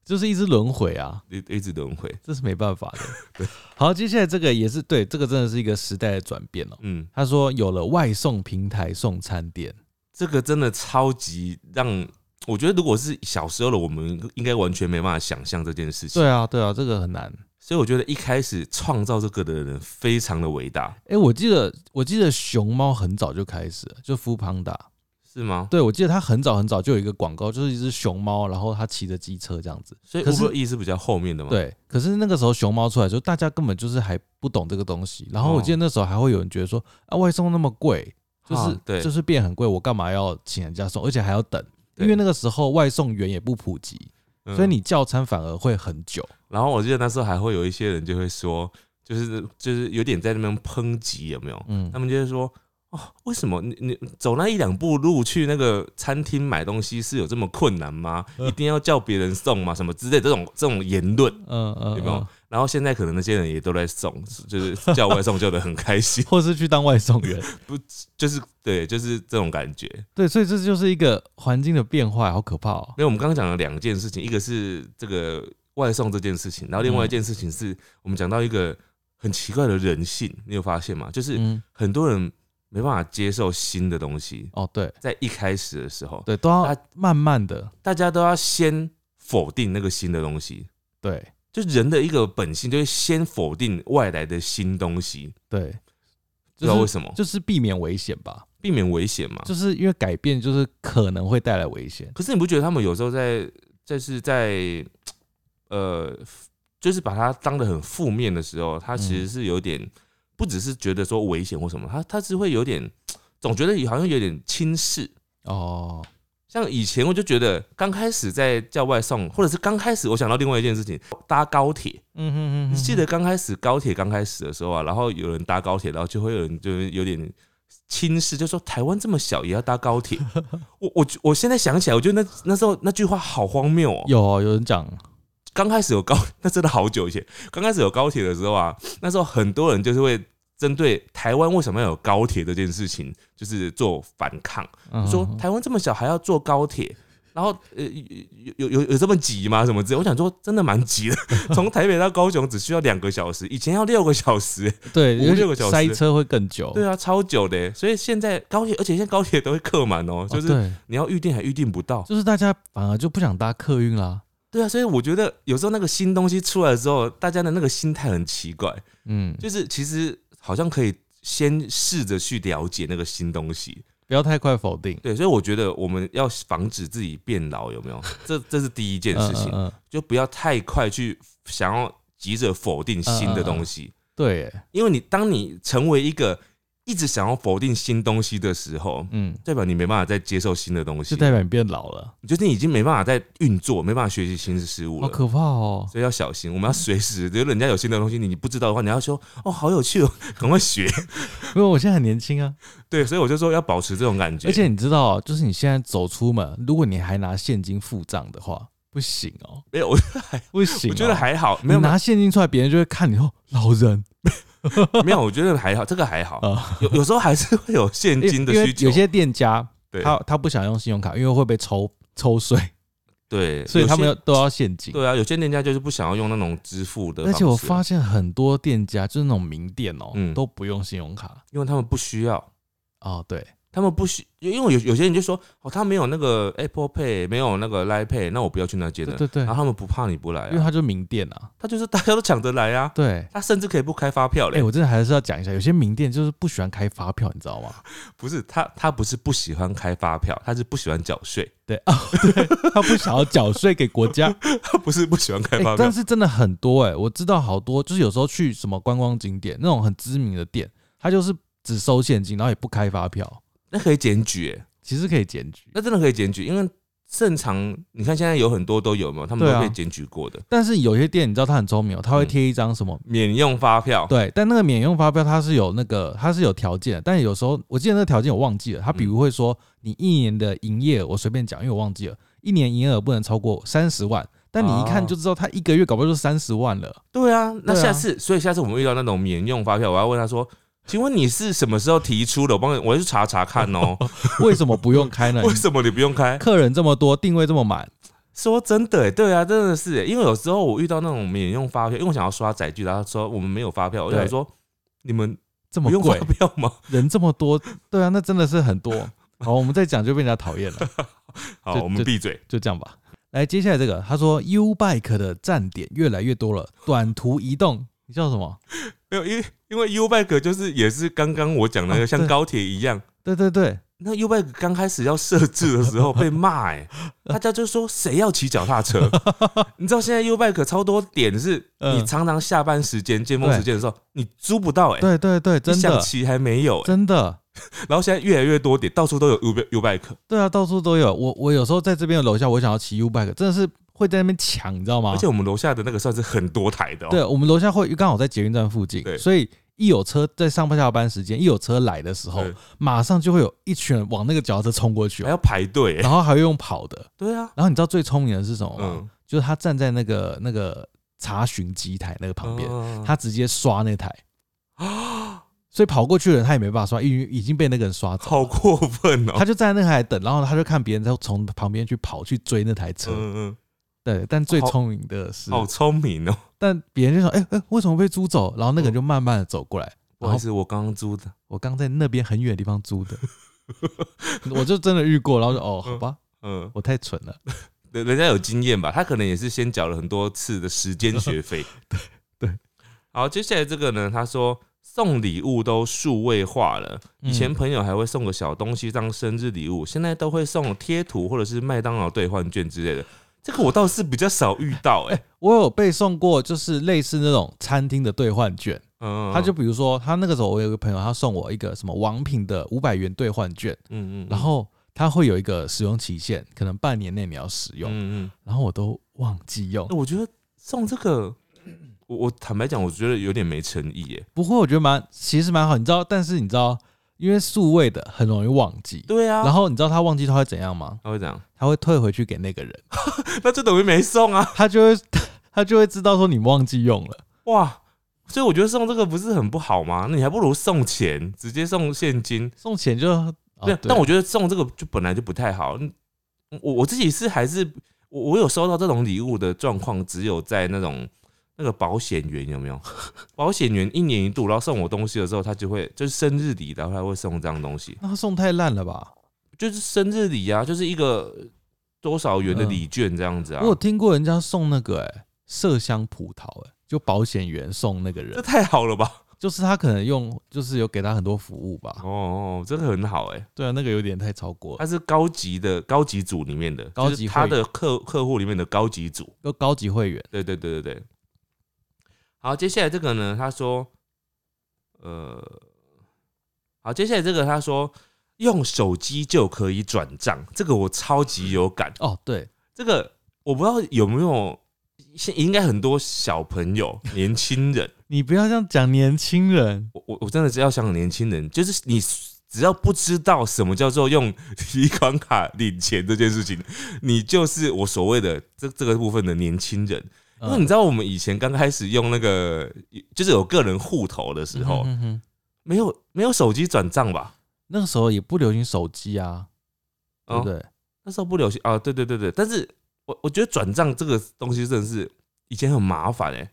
Speaker 1: 就是一直轮回啊，
Speaker 2: 一一直轮回。
Speaker 1: 这是没办法的。好，接下来这个也是对，这个真的是一个时代的转变哦。
Speaker 2: 嗯，
Speaker 1: 他说有了外送平台送餐点，
Speaker 2: 这个真的超级让我觉得，如果是小时候的我们，应该完全没办法想象这件事情。
Speaker 1: 对啊对啊，这个很难。
Speaker 2: 所以我觉得一开始创造这个的人非常的伟大，
Speaker 1: 哎，我记得我记得熊猫很早就开始了，就 f o o Panda，
Speaker 2: 是吗？
Speaker 1: 对我记得它很早很早就有一个广告，就是一只熊猫，然后它骑着机车这样子。
Speaker 2: 所以
Speaker 1: 可是
Speaker 2: Uber E 是比较后面的嘛？，
Speaker 1: 对，可是那个时候熊猫出来的时候，大家根本就是还不懂这个东西。然后我记得那时候还会有人觉得说，啊，外送那么贵，就是、
Speaker 2: 啊对
Speaker 1: 就是变很贵，我干嘛要请人家送，而且还要等？
Speaker 2: 对
Speaker 1: 因为那个时候外送员也不普及，
Speaker 2: 嗯
Speaker 1: 所以你叫餐反而会很久。
Speaker 2: 然后我记得那时候还会有一些人就会说，就是就是有点在那边抨击，有没有？
Speaker 1: 嗯
Speaker 2: 他，们就会说，哦，为什么你你走那一两步路去那个餐厅买东西是有这么困难吗？
Speaker 1: 嗯
Speaker 2: 一定要叫别人送吗？什么之类这种这种言论，
Speaker 1: 嗯嗯，
Speaker 2: 有没有
Speaker 1: 嗯？，
Speaker 2: 然后现在可能那些人也都在送，就是叫外送叫的很开心
Speaker 1: 或是去当外送员。
Speaker 2: 就是对，就是这种感觉。
Speaker 1: 对，所以这就是一个环境的变化，好可怕哦。
Speaker 2: 因为我们刚刚讲了两件事情，一个是这个外送这件事情，然后另
Speaker 1: 嗯
Speaker 2: 外一件事情是我们讲到一个很奇怪的人性，你有发现吗？就是
Speaker 1: 嗯，
Speaker 2: 很多人没办法接受新的东西，
Speaker 1: 哦，对
Speaker 2: 在一开始的时候，
Speaker 1: 对，都要
Speaker 2: 啊
Speaker 1: 慢慢的，
Speaker 2: 大家都要先否定那个新的东西，
Speaker 1: 对
Speaker 2: 就人的一个本性就是先否定外来的新东西，
Speaker 1: 对，
Speaker 2: 不知道
Speaker 1: 就
Speaker 2: 为
Speaker 1: 是
Speaker 2: 什么，啊
Speaker 1: 就是避免危险吧，
Speaker 2: 避免危险嘛。
Speaker 1: 就是因为改变就是可能会带来危险。
Speaker 2: 可是你不觉得他们有时候在，就是在，呃，就是把它当的很负面的时候，他其实是有点，不只是觉得说危险或什么，他他是会有点，总觉得好像有点轻视。
Speaker 1: 哦，
Speaker 2: 像以前我就觉得，刚开始在叫外送，或者是刚开始我想到另外一件事情，搭高铁。
Speaker 1: 嗯哼嗯哼，
Speaker 2: 你记得刚开始高铁刚开始的时候啊，然后有人搭高铁，然后就会有人就是有点轻视，就说台湾这么小也要搭 高铁。我我我现在想起来，我觉得那那时候那句话好荒谬哦。
Speaker 1: 有有人讲，
Speaker 2: 刚开始有高， 那真的好久以前，刚开始有高铁的时候啊，那时候很多人就是会针对台湾为什么要有高铁这件事情，就是做反抗。
Speaker 1: 嗯哼
Speaker 2: 说台湾这么小还要坐高铁，然后呃有有有有这么急吗？什么之类？我想说真的蛮急的， 从台北到高雄只需要两个小时，以前要六个小时、
Speaker 1: 对，
Speaker 2: 五
Speaker 1: 因为
Speaker 2: 六个小时
Speaker 1: 塞车会更久，
Speaker 2: 对啊，超久的、所以现在高铁，而且现在高铁都会客满
Speaker 1: 哦，
Speaker 2: 哦，就是
Speaker 1: 对
Speaker 2: 你要预定还预定不到。
Speaker 1: 就是大家反而就不想搭客运啦。
Speaker 2: 对啊，所以我觉得有时候那个新东西出来之后，大家的那个心态很奇怪，
Speaker 1: 嗯，
Speaker 2: 就是其实好像可以先试着去了解那个新东西。
Speaker 1: 不要太快否定
Speaker 2: 对，所以我觉得我们要防止自己变老，有没有？这这是第一件事情。
Speaker 1: 嗯嗯嗯
Speaker 2: 就不要太快去想要急着否定新
Speaker 1: 嗯
Speaker 2: 的东西，
Speaker 1: 对耶，
Speaker 2: 因为你当你成为一个一直想要否定新东西的时候，
Speaker 1: 嗯，
Speaker 2: 代表你没办法再接受新的东西
Speaker 1: 就，代表你变老了，
Speaker 2: 就是你已经没办法再运作，没办法学习新事物
Speaker 1: 好
Speaker 2: 了。
Speaker 1: 可怕哦。
Speaker 2: 所以要小心，我们要随时，如果人家有新的东西，你不知道的话，你要说哦，好有趣哦， 赶快学。
Speaker 1: 因为我现在很年轻啊，
Speaker 2: 对，所以我就说要保持这种感觉。
Speaker 1: 而且你知道，就是你现在走出门，如果你还拿现金付账的话，不行哦，
Speaker 2: 没有，我
Speaker 1: 不行哦、
Speaker 2: 我觉得还好，没
Speaker 1: 你
Speaker 2: 有
Speaker 1: 拿现金出来，别人就会看你哦，老人
Speaker 2: 没有，我觉得还好，这个还好
Speaker 1: 啊。
Speaker 2: 有有时候还是会有现金的
Speaker 1: 因为
Speaker 2: 需求，
Speaker 1: 有些店家
Speaker 2: 对
Speaker 1: 他他不想用信用卡，因为会被抽抽税，
Speaker 2: 对，
Speaker 1: 所以他
Speaker 2: 有
Speaker 1: 们
Speaker 2: 些
Speaker 1: 要都要现金。
Speaker 2: 对啊，有些店家就是不想要用那种支付的方
Speaker 1: 而
Speaker 2: 式啊，
Speaker 1: 且我发现很多店家就是那种名店哦，
Speaker 2: 嗯
Speaker 1: 都不用信用卡
Speaker 2: 因为他们不需要，
Speaker 1: 哦，对，
Speaker 2: 他们不需，因为有有些人就说哦，他没有那个 Apple Pay，没有那个 Line Pay，那我不要去那间
Speaker 1: 对
Speaker 2: 的。啊
Speaker 1: 对对
Speaker 2: 然，后他们不怕你不来、
Speaker 1: 因为
Speaker 2: 啊，
Speaker 1: 他就是名店啊，
Speaker 2: 他就是大家都抢着来啊，
Speaker 1: 对。
Speaker 2: 他甚至可以不开发票
Speaker 1: 哎、
Speaker 2: 嘞。
Speaker 1: 我真的还是要讲一下，有些名店就是不喜欢开发票，你知道吗？
Speaker 2: 不是他，他不是不喜欢开发票，他是不喜欢缴税，
Speaker 1: 对 啊、哦，对，他不想要缴税给国家。
Speaker 2: 他不是不喜欢开
Speaker 1: 哎、
Speaker 2: 发票
Speaker 1: 但。是真的很多哎、我知道好多，就是有时候去什么观光景点那种很知名的店，他就是只收现金，然后也不开发票，
Speaker 2: 那可以检举、欸，
Speaker 1: 其实可以检举。
Speaker 2: 那真的可以检举，因为正常你看现在有很多都有嘛，他们
Speaker 1: 对
Speaker 2: 都
Speaker 1: 啊
Speaker 2: 被检举过的，
Speaker 1: 但是有些店你知道他很聪明、哦，他会贴一张什么？
Speaker 2: 免用发票。
Speaker 1: 对，但那个免用发票它是有那个它是有条件的，但有时候我记得那个条件我忘记了，他比如会说你一年的营业额，我随便讲，因为我忘记了，一年营业额不能超过三十万。但你一看
Speaker 2: 哦
Speaker 1: 就知道，他一个月搞不好就三十万了。
Speaker 2: 对啊，那
Speaker 1: 对啊
Speaker 2: 下次，所以下次我们遇到那种免用发票，我要问他说：“请问你是什么时候提出的？我帮你，我要去查查看 哦、
Speaker 1: 为什么不用开
Speaker 2: ？
Speaker 1: 呢
Speaker 2: 为什么你不用开？
Speaker 1: 客人这么多，定位这么满，
Speaker 2: 说真的、欸，对啊，真的是、欸，因为有时候我遇到那种免用发票，因为我想要刷载具，然后他说我们没有发票，我
Speaker 1: 对
Speaker 2: 想说你们
Speaker 1: 这么
Speaker 2: 不用发
Speaker 1: 贵，
Speaker 2: 票吗？
Speaker 1: 人这么多，对啊，那真的是很 多。好，我们再讲就被人家讨厌了，
Speaker 2: 好，
Speaker 1: 就
Speaker 2: 我们
Speaker 1: 就
Speaker 2: 闭嘴。
Speaker 1: 就这样 吧。来，接下来这个，他说 U Bike 的站点越来越多了，短途移动，你叫什么？
Speaker 2: 没有，因为因为 U Bike 就是也是刚刚我讲那
Speaker 1: 啊
Speaker 2: 个像
Speaker 1: 对
Speaker 2: 高铁一样。”
Speaker 1: 对对对，
Speaker 2: 那 U Bike 刚开始要设置的时候被骂， 哎，大家就说谁要骑脚踏车？你知道现在 U Bike 超多点是，
Speaker 1: 嗯
Speaker 2: 你常常下班时间、尖峰时间的时候，你租不到，哎，
Speaker 1: 对对对，
Speaker 2: 你
Speaker 1: 真
Speaker 2: 想
Speaker 1: 的
Speaker 2: 骑还没有，哎，
Speaker 1: 真的，
Speaker 2: 然后现在越来越多点，到处都有 U U Bike，
Speaker 1: 对啊，到处都有。我我有时候在这边的楼下，我想要骑 U bike，真的是会在那边抢，你知道吗？
Speaker 2: 而且我们楼下的那个算是很多台的，哦。
Speaker 1: 对我们楼下会刚好在捷运站附近，
Speaker 2: 对
Speaker 1: 所以一有车在上班下班时间，一有车来的时候
Speaker 2: 对，
Speaker 1: 马上就会有一群人往那个脚踏车冲过去
Speaker 2: 还
Speaker 1: 哦，
Speaker 2: 要排队，哎
Speaker 1: 然后还会用跑的。
Speaker 2: 对啊，
Speaker 1: 哦然后你知道最聪明的是什么吗？
Speaker 2: 嗯，
Speaker 1: 就是他站在那个那个查询机台那个旁边，
Speaker 2: 嗯
Speaker 1: 他直接刷那台，所以跑过去的人他也没办法刷，因为已经被那个人刷走
Speaker 2: 好
Speaker 1: 了。
Speaker 2: 过分哦、
Speaker 1: 他就在那台等，然后他就看别人在从旁边去跑去追那台车。
Speaker 2: 嗯
Speaker 1: 对，但最
Speaker 2: 好
Speaker 1: 聪明的是
Speaker 2: 嗯，，好聪明哦、
Speaker 1: 但别人就说：“哎、哎、为什么被租走？”然后
Speaker 2: 嗯
Speaker 1: 那个人就慢慢的走过来，
Speaker 2: 不好意思，我刚刚租的，
Speaker 1: 我刚在那边很远的地方租的，我就真的遇过，然后就哦，好吧，
Speaker 2: 嗯，
Speaker 1: 我太蠢了。
Speaker 2: 人 人家有经验吧？他可能也是先缴了很多次的时间学费。
Speaker 1: 对对。
Speaker 2: 好，接下来这个呢，他说送礼物都数位化了，以前
Speaker 1: 嗯
Speaker 2: 朋友还会送个小东西当生日礼物，现在都会送贴图或者是麦当劳兑换券之类的。这个我倒是比较少遇到、 欸，哎、
Speaker 1: 我有被送过，就是类似那种餐厅的兑换券。
Speaker 2: 嗯，
Speaker 1: 他就比如说，他那个时候我有个朋友，他送我一个什么王品的五百元兑换券，
Speaker 2: 嗯嗯，
Speaker 1: 然后他会有一个使用期限，可能半年内你要使用，
Speaker 2: 嗯嗯，
Speaker 1: 然后我都忘记用
Speaker 2: 欸。我觉得送这个，我我坦白讲，我觉得有点没诚意、欸，哎，
Speaker 1: 不过我觉得蛮，其实蛮好，你知道，但是你知道，因为数位的很容易忘记。
Speaker 2: 对啊，
Speaker 1: 然后你知道他忘记他会怎样吗？
Speaker 2: 他会讲，
Speaker 1: 他会退回去给 那个人，
Speaker 2: 那就等于没送啊，
Speaker 1: 他就会 他就会知道说你忘记用了。
Speaker 2: 哇！所以我觉得送这个不是很不好吗？那你还不如送钱，直接送现金。
Speaker 1: 送钱就，哦
Speaker 2: 对，啊
Speaker 1: 对
Speaker 2: 但我觉得送这个就本来就不太好。嗯我我自己是还是我我有收到这种礼物的状况，只有在那种那个保险员有没有？ 保险员一年一度，然后送我东西的时候，他就会就是生日礼，然后他会送这样东西，
Speaker 1: 那他送太烂了吧？
Speaker 2: 就是生日礼啊，就是一个多少元的礼券这样子啊
Speaker 1: 我。有听过人家送那个哎、麝香葡萄哎、就保险员送那个
Speaker 2: 这
Speaker 1: 人，
Speaker 2: 太好了吧？
Speaker 1: 就是他可能用，就是有给他很多服务吧。
Speaker 2: 哦，这个很好哎、
Speaker 1: 对啊，那个有点太超过了，
Speaker 2: 它是高级的高级组里面的，
Speaker 1: 高级
Speaker 2: 就是它
Speaker 1: 会
Speaker 2: 的客客户里面的高级组。
Speaker 1: 又高级会员，
Speaker 2: 对对对对对。好，接下来这个呢，他说，呃，好，接下来这个他说用手机就可以转账，这个我超级有感。
Speaker 1: 哦，对，
Speaker 2: 这个我不知道有没有，现应该很多小朋友、年轻人，
Speaker 1: 你不要这样讲年轻人，
Speaker 2: 我我我真的只要想年轻人，就是你只要不知道什么叫做用 提款卡领钱这件事情，你就是我所谓的这这个部分的年轻人。
Speaker 1: 嗯
Speaker 2: 因为你知道，我们以前刚开始用那个，就是有个人户头的时候，
Speaker 1: 嗯哼哼
Speaker 2: 没有没有手机转账吧？
Speaker 1: 那个时候也不流行手机啊，对
Speaker 2: 哦
Speaker 1: 不对？
Speaker 2: 那时候不流行啊，对对对对。但是我我觉得转账这个东西真的是以前很麻烦哎、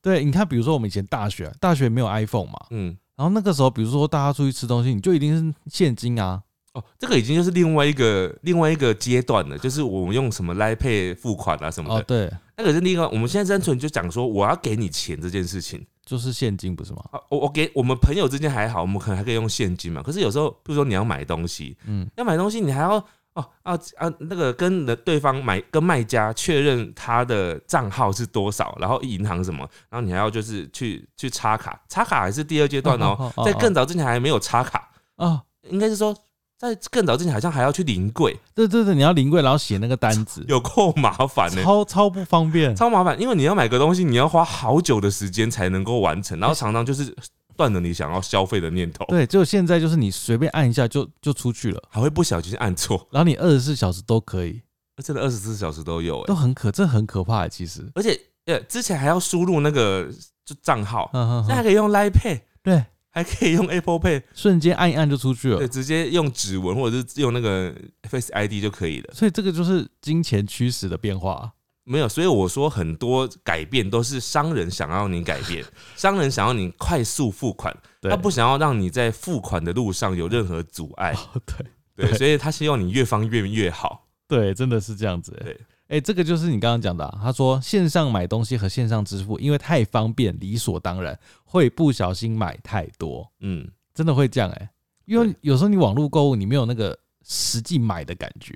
Speaker 1: 对，你看，比如说我们以前大学，大学没有 iPhone 嘛，
Speaker 2: 嗯，
Speaker 1: 然后那个时候，比如说大家出去吃东西，你就一定是现金啊，
Speaker 2: 哦，这个已经就是另外一个另外一个阶段了，就是我们用什么来 pay 付款啊什么的
Speaker 1: 哦，，对，
Speaker 2: 那可是另一个，我们现在单纯就讲说我要给你钱这件事情。
Speaker 1: 就是现金不是吗？
Speaker 2: 啊我我给我们朋友之间还好，我们可能还可以用现金嘛。可是有时候，比如说你要买东西，
Speaker 1: 嗯，
Speaker 2: 要买东西你还要哦啊啊那个跟的对方买跟卖家确认他的账号是多少，然后银行什么，然后你还哦要就是去去插卡，插卡还是第二阶段哦，
Speaker 1: 哦哦哦
Speaker 2: 在更早之前还没有插卡，
Speaker 1: 啊，
Speaker 2: 应该是说在更早之前好像还要去临柜，
Speaker 1: 对对对，你要临柜，然后写那个单子，
Speaker 2: 有够麻烦欸呢、
Speaker 1: 超超不方便。
Speaker 2: 超麻烦，因为你要买个东西，你要花好久的时间才能够完成，然后常常就是断了你想要消费的念头，
Speaker 1: 对，就现在就是你随便按一下就就出去了，
Speaker 2: 还会不小心按错，
Speaker 1: 然后你二十四小时都可以，
Speaker 2: 真的二十四小时都有哎、
Speaker 1: 都很可，这很可怕欸。其实，
Speaker 2: 而且呃之前还要输入那个就账号，
Speaker 1: 嗯
Speaker 2: 现在还
Speaker 1: 嗯，
Speaker 2: 可以用 Line Pay，
Speaker 1: 对，
Speaker 2: 还可以用 Apple Pay，
Speaker 1: 瞬间按一按就出去
Speaker 2: 对，
Speaker 1: 了。
Speaker 2: 直接用指纹或者是用那个 Face ID 就可以了。
Speaker 1: 所以这个就是金钱驱使的变化。
Speaker 2: 没有，所以我说很多改变都是商人想要你改 变，商人想要你快速付款，
Speaker 1: 对，
Speaker 2: 他不想要让你在付款的路上有任何阻碍。
Speaker 1: 哦，对
Speaker 2: 对，
Speaker 1: 对
Speaker 2: 所以他希望你越方便越好。
Speaker 1: 对，真的是这样子欸。
Speaker 2: 对
Speaker 1: 哎，这个就是你刚刚讲的、啊，他说线上买东西和线上支付，因为太方便，理所当然会不小心买太多，
Speaker 2: 嗯，
Speaker 1: 真的会这样哎、因为有时候你网络购物，你没有那个实际买的感觉。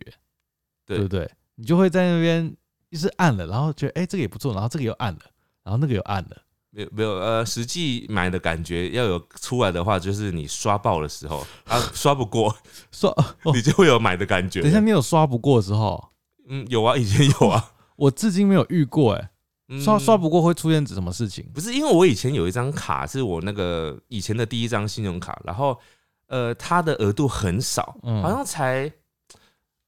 Speaker 2: 对
Speaker 1: 对不对？你就会在那边一直按了，然后觉得哎、这个也不错，然后这个又按了，然后那个又按了，
Speaker 2: 没有没有呃，实际买的感觉要有出来的话，就是你刷爆的时候， 啊，刷不过，
Speaker 1: 刷。哦
Speaker 2: 你就会有买的感觉。
Speaker 1: 等一下，你有刷不过的时候，
Speaker 2: 嗯，有啊，以前有啊，
Speaker 1: 我至今没有遇过哎、
Speaker 2: 嗯
Speaker 1: 刷刷不过会出现什么事情？
Speaker 2: 不是因为我以前有一张卡是我那个以前的第一张信用卡，然后呃，它的额度很少，
Speaker 1: 嗯
Speaker 2: 好像才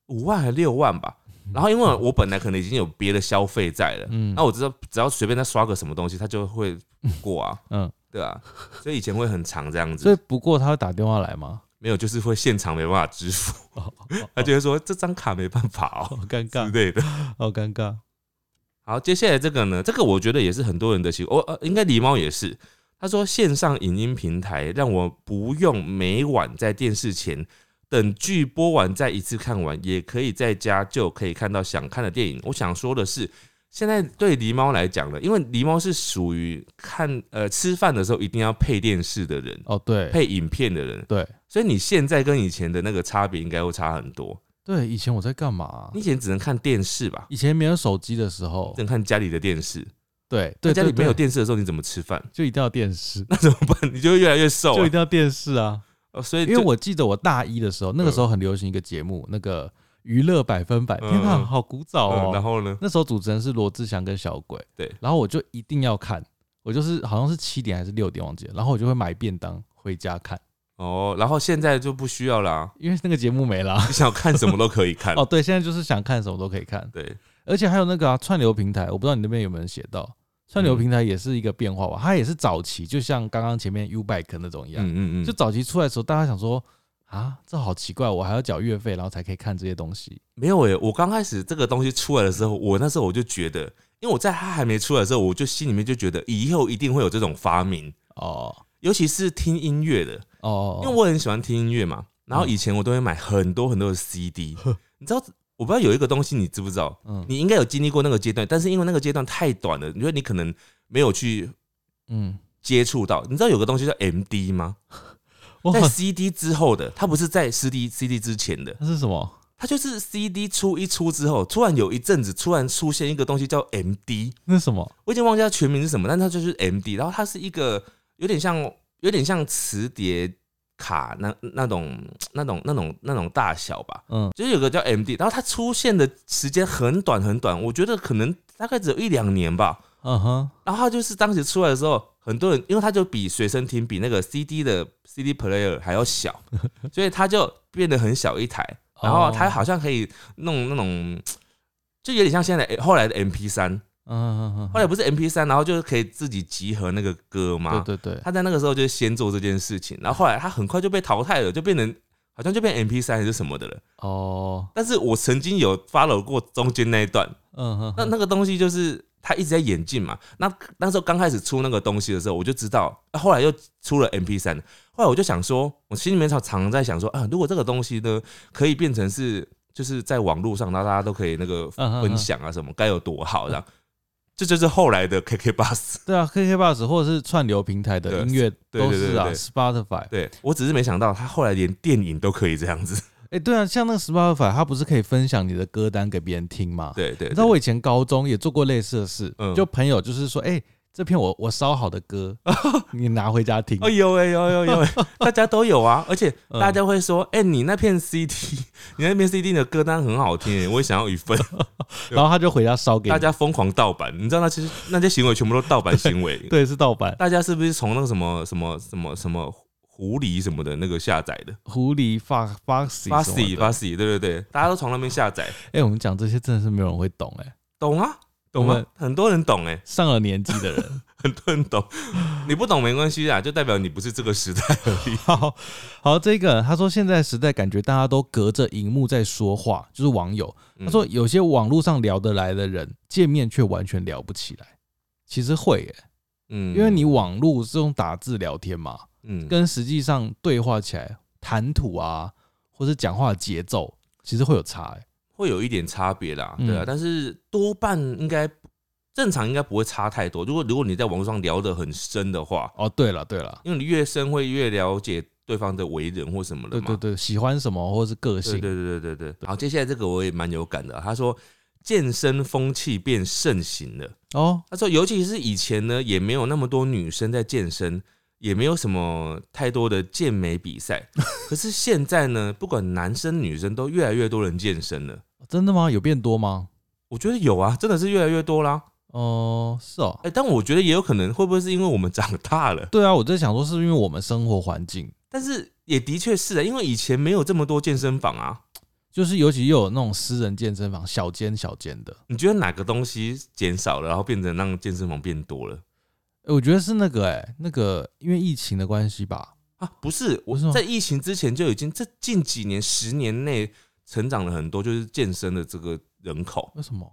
Speaker 2: 五万还六万吧。然后因为我本来可能已经有别的消费在了，
Speaker 1: 嗯
Speaker 2: 那我知道只要随便他刷个什么东西，他就会过啊，
Speaker 1: 嗯，
Speaker 2: 对啊，所以以前会很长这样子，
Speaker 1: 所以不过他会打电话来 吗？
Speaker 2: 没有就是会现场没办法支付，
Speaker 1: 哦，
Speaker 2: 他就会说这张卡没办法
Speaker 1: 好
Speaker 2: 哦
Speaker 1: 尴
Speaker 2: 之
Speaker 1: 尬，
Speaker 2: 类的。
Speaker 1: 好尴尬。
Speaker 2: 好，接下来这个呢，这个我觉得也是很多人的习惯，哦，呃，应该狸猫也是。他说线上影音平台让我不用每晚在电视前等剧播完再一次看完，也可以在家就可以看到想看的电影。我想说的是，现在对狸猫来讲呢，因为狸猫是属于看呃吃饭的时候一定要配电视的人，
Speaker 1: 哦，对
Speaker 2: 配影片的人，
Speaker 1: 对
Speaker 2: 所以你现在跟以前的那个差别应该会差很多。
Speaker 1: 对，以前我在干嘛啊
Speaker 2: 你？以前只能看电视吧，
Speaker 1: 以前没有手机的时候
Speaker 2: 只，能看家里的电视。
Speaker 1: 对
Speaker 2: 在
Speaker 1: 哦对，
Speaker 2: 家里
Speaker 1: 对
Speaker 2: 没有
Speaker 1: 对
Speaker 2: 电视的时候，你怎么吃饭？
Speaker 1: 就一定要电视，
Speaker 2: 那怎么办？你 就会越来越瘦、
Speaker 1: 就
Speaker 2: 啊
Speaker 1: 一定要电视啊！
Speaker 2: 哦。所以
Speaker 1: 因
Speaker 2: 就，嗯
Speaker 1: 为我记得我大一的时候，那个时候很流行一个节目，那个娱乐百分百，天啊，
Speaker 2: 嗯
Speaker 1: 好古早
Speaker 2: 嗯然
Speaker 1: 哦！
Speaker 2: 后呢？
Speaker 1: 那时候主持人是罗志祥跟小鬼，
Speaker 2: 对，
Speaker 1: 然后我就一定要看，我就是好像是七点还是六点忘记了，然后我就会买便当回家看，
Speaker 2: 哦，然后现在就不需要啦，
Speaker 1: 因为那个节目没了。
Speaker 2: 你想看什么都可以看。
Speaker 1: 哦，对，现在就是想看什么都可以看，
Speaker 2: 对，
Speaker 1: 而且还有那个、啊、串流平台，我不知道你那边有没有人写到，串流
Speaker 2: 嗯
Speaker 1: 平台也是一个变化吧，它也是早期，就像刚刚前面 U Bike 那种一样，
Speaker 2: 嗯嗯嗯，
Speaker 1: 就
Speaker 2: 就
Speaker 1: 早期出来的时候，大家想说啊，这好奇怪，我还要缴月费，然后才可以看这些东西。
Speaker 2: 没有诶、我刚开始这个东西出来的时候，我那时候我就觉得，因为我在它还没出来的时候，我就心里面就觉得以后一定会有这种发明，
Speaker 1: 哦
Speaker 2: 尤其是听音乐的，
Speaker 1: 哦哦，嗯
Speaker 2: 因为我很喜欢听音乐嘛。然后以前我都会买很多很多的 CD，你知道，我不知道有一个东西你知不知道？
Speaker 1: 嗯
Speaker 2: 你应该有经历过那个阶段，但是因为那个阶段太短了，你觉得你可能没有去
Speaker 1: 嗯，
Speaker 2: 接触到。你知道有个东西叫 MD 吗？
Speaker 1: 我
Speaker 2: 在
Speaker 1: 很
Speaker 2: CD 之后的，它不是在 CD CD 之前的，
Speaker 1: 那是什么？
Speaker 2: 它就是 CD 出一出之后，突然有一阵子突然出现一个东西叫 MD，
Speaker 1: 那是什么？
Speaker 2: 我已经忘记它全名是什么，但它就是 MD，然后它是一个有点像有点像磁碟卡那那种那种那种那种大小吧，
Speaker 1: 嗯，
Speaker 2: 就是有个叫 MD，然后它出现的时间很短很短，我觉得可能大概只有一两年吧，
Speaker 1: 嗯哼，
Speaker 2: 然后他就是当时出来的时候，很多人因为他就比随身听比那个 CD 的 CD player 还要小， 所以他就变得很小一台。然后他
Speaker 1: 哦
Speaker 2: 好像可以弄那种，就有点像现在后来的 MP 三，
Speaker 1: 嗯嗯
Speaker 2: 后来不是 MP 三，然后就是可以自己集合那个歌嘛。
Speaker 1: 嗯，对对对，
Speaker 2: 他在那个时候就先做这件事情，然后后来他很快就被淘汰了，就变成好像就变 MP 三还是什么的了。
Speaker 1: 哦，
Speaker 2: 但是我曾经有 follow 过中间那一段，
Speaker 1: 嗯哼，
Speaker 2: 那那个东西就是它一直在演进嘛。那那时候刚开始出那个东西的时候，我就知道，啊后来又出了 MP 三，后来我就想说，我心里面常常在想说啊，如果这个东西呢，可以变成是就是在网络上，那大家都可以那个
Speaker 1: 嗯哼哼
Speaker 2: 分享啊什么，该有多好这样。这就是后来的 KK Bus，
Speaker 1: 对啊，KK Bus 或者是串流平台的
Speaker 2: 对
Speaker 1: 音乐
Speaker 2: 对对
Speaker 1: 都是啊
Speaker 2: 对对
Speaker 1: ，Spotify。
Speaker 2: 对我只是没想到他后来连电影都可以这 样子。
Speaker 1: 哎，对啊，像那个 Spotify，它不是可以分享你的歌单给别人听吗？
Speaker 2: 对对
Speaker 1: 你知道我以前高中也做过类似的事，
Speaker 2: 嗯
Speaker 1: 就朋友就是说，哎、这篇我我烧好的 歌，你拿回家听
Speaker 2: 哦，。有哎、有有有、欸， 大家都有啊，而且
Speaker 1: 嗯
Speaker 2: 大家会说，哎、你那片 CD，你那片 CD 的歌单很好听、欸，我也想要一份。
Speaker 1: 然后他就回家烧给
Speaker 2: 大
Speaker 1: 你。
Speaker 2: 家疯狂盗版，你知道那其实那些行为全部都盗版行为。
Speaker 1: 对，是盗版。
Speaker 2: 大家是不是从那个什么什么什么什么狐狸什么的那个下载的
Speaker 1: 狐狸发发 y
Speaker 2: 巴
Speaker 1: 发
Speaker 2: 西巴西，对对对，大家都从那边下载，
Speaker 1: 哎、我们讲这些真的是没有人会懂哎、
Speaker 2: 懂啊，
Speaker 1: 我
Speaker 2: 懂
Speaker 1: 们
Speaker 2: 啊，很多人懂哎、
Speaker 1: 上了年纪的 人。
Speaker 2: 很多人懂，你不懂没关系啊，就代表你不是这个 时代而已。
Speaker 1: 好好，这个他说现在时代感觉大家都隔着荧幕在说话，就是网友。他说有些网络上聊得来的人，见面却完全聊不起来。其实会、耶，
Speaker 2: 嗯
Speaker 1: 因为你网络是用打字聊天嘛，
Speaker 2: 嗯
Speaker 1: 跟实际上对话起来谈吐啊，或是讲话的节奏，其实会有差、欸。
Speaker 2: 会有一点差别啦，
Speaker 1: 嗯
Speaker 2: 对啊，但是多半应该正常应该不会差太多。如果如果你在网络上聊得很深的话，
Speaker 1: 哦，对了对了，
Speaker 2: 因为你越深会越了解对方的为人或什么的
Speaker 1: 对
Speaker 2: 嘛，
Speaker 1: 对对，喜欢什么或是个性
Speaker 2: 对对对对对对。好，接下来这个我也蛮有感的啊，他说健身风气变盛行了。
Speaker 1: 哦，
Speaker 2: 他说，尤其是以前呢，也没有那么多女生在健身，也没有什么太多的健美比 赛。可是现在呢，不管男生女生，都越来越多人健身了。
Speaker 1: 真的吗？有变多吗？
Speaker 2: 我觉得有啊，真的是越来越多啦。
Speaker 1: 哦、是哦
Speaker 2: 哎、，但我觉得也有可能，会不会是因为我们长大了？
Speaker 1: 对啊，我在想说是不是因为我们生活环境，
Speaker 2: 但是也的确是啊，因为以前没有这么多健身房啊。
Speaker 1: 就是尤其又有那种私人健身房，小间小间的，
Speaker 2: 你觉得哪个东西减少了，然后变成让健身房变多了？
Speaker 1: 欸我觉得是那个哎、那个因为疫情的关系吧，
Speaker 2: 啊，不是，我
Speaker 1: 不是吗
Speaker 2: 在疫情之前就已经这近几年十年内成长了很多，就是健身的这个人口。
Speaker 1: 为什么？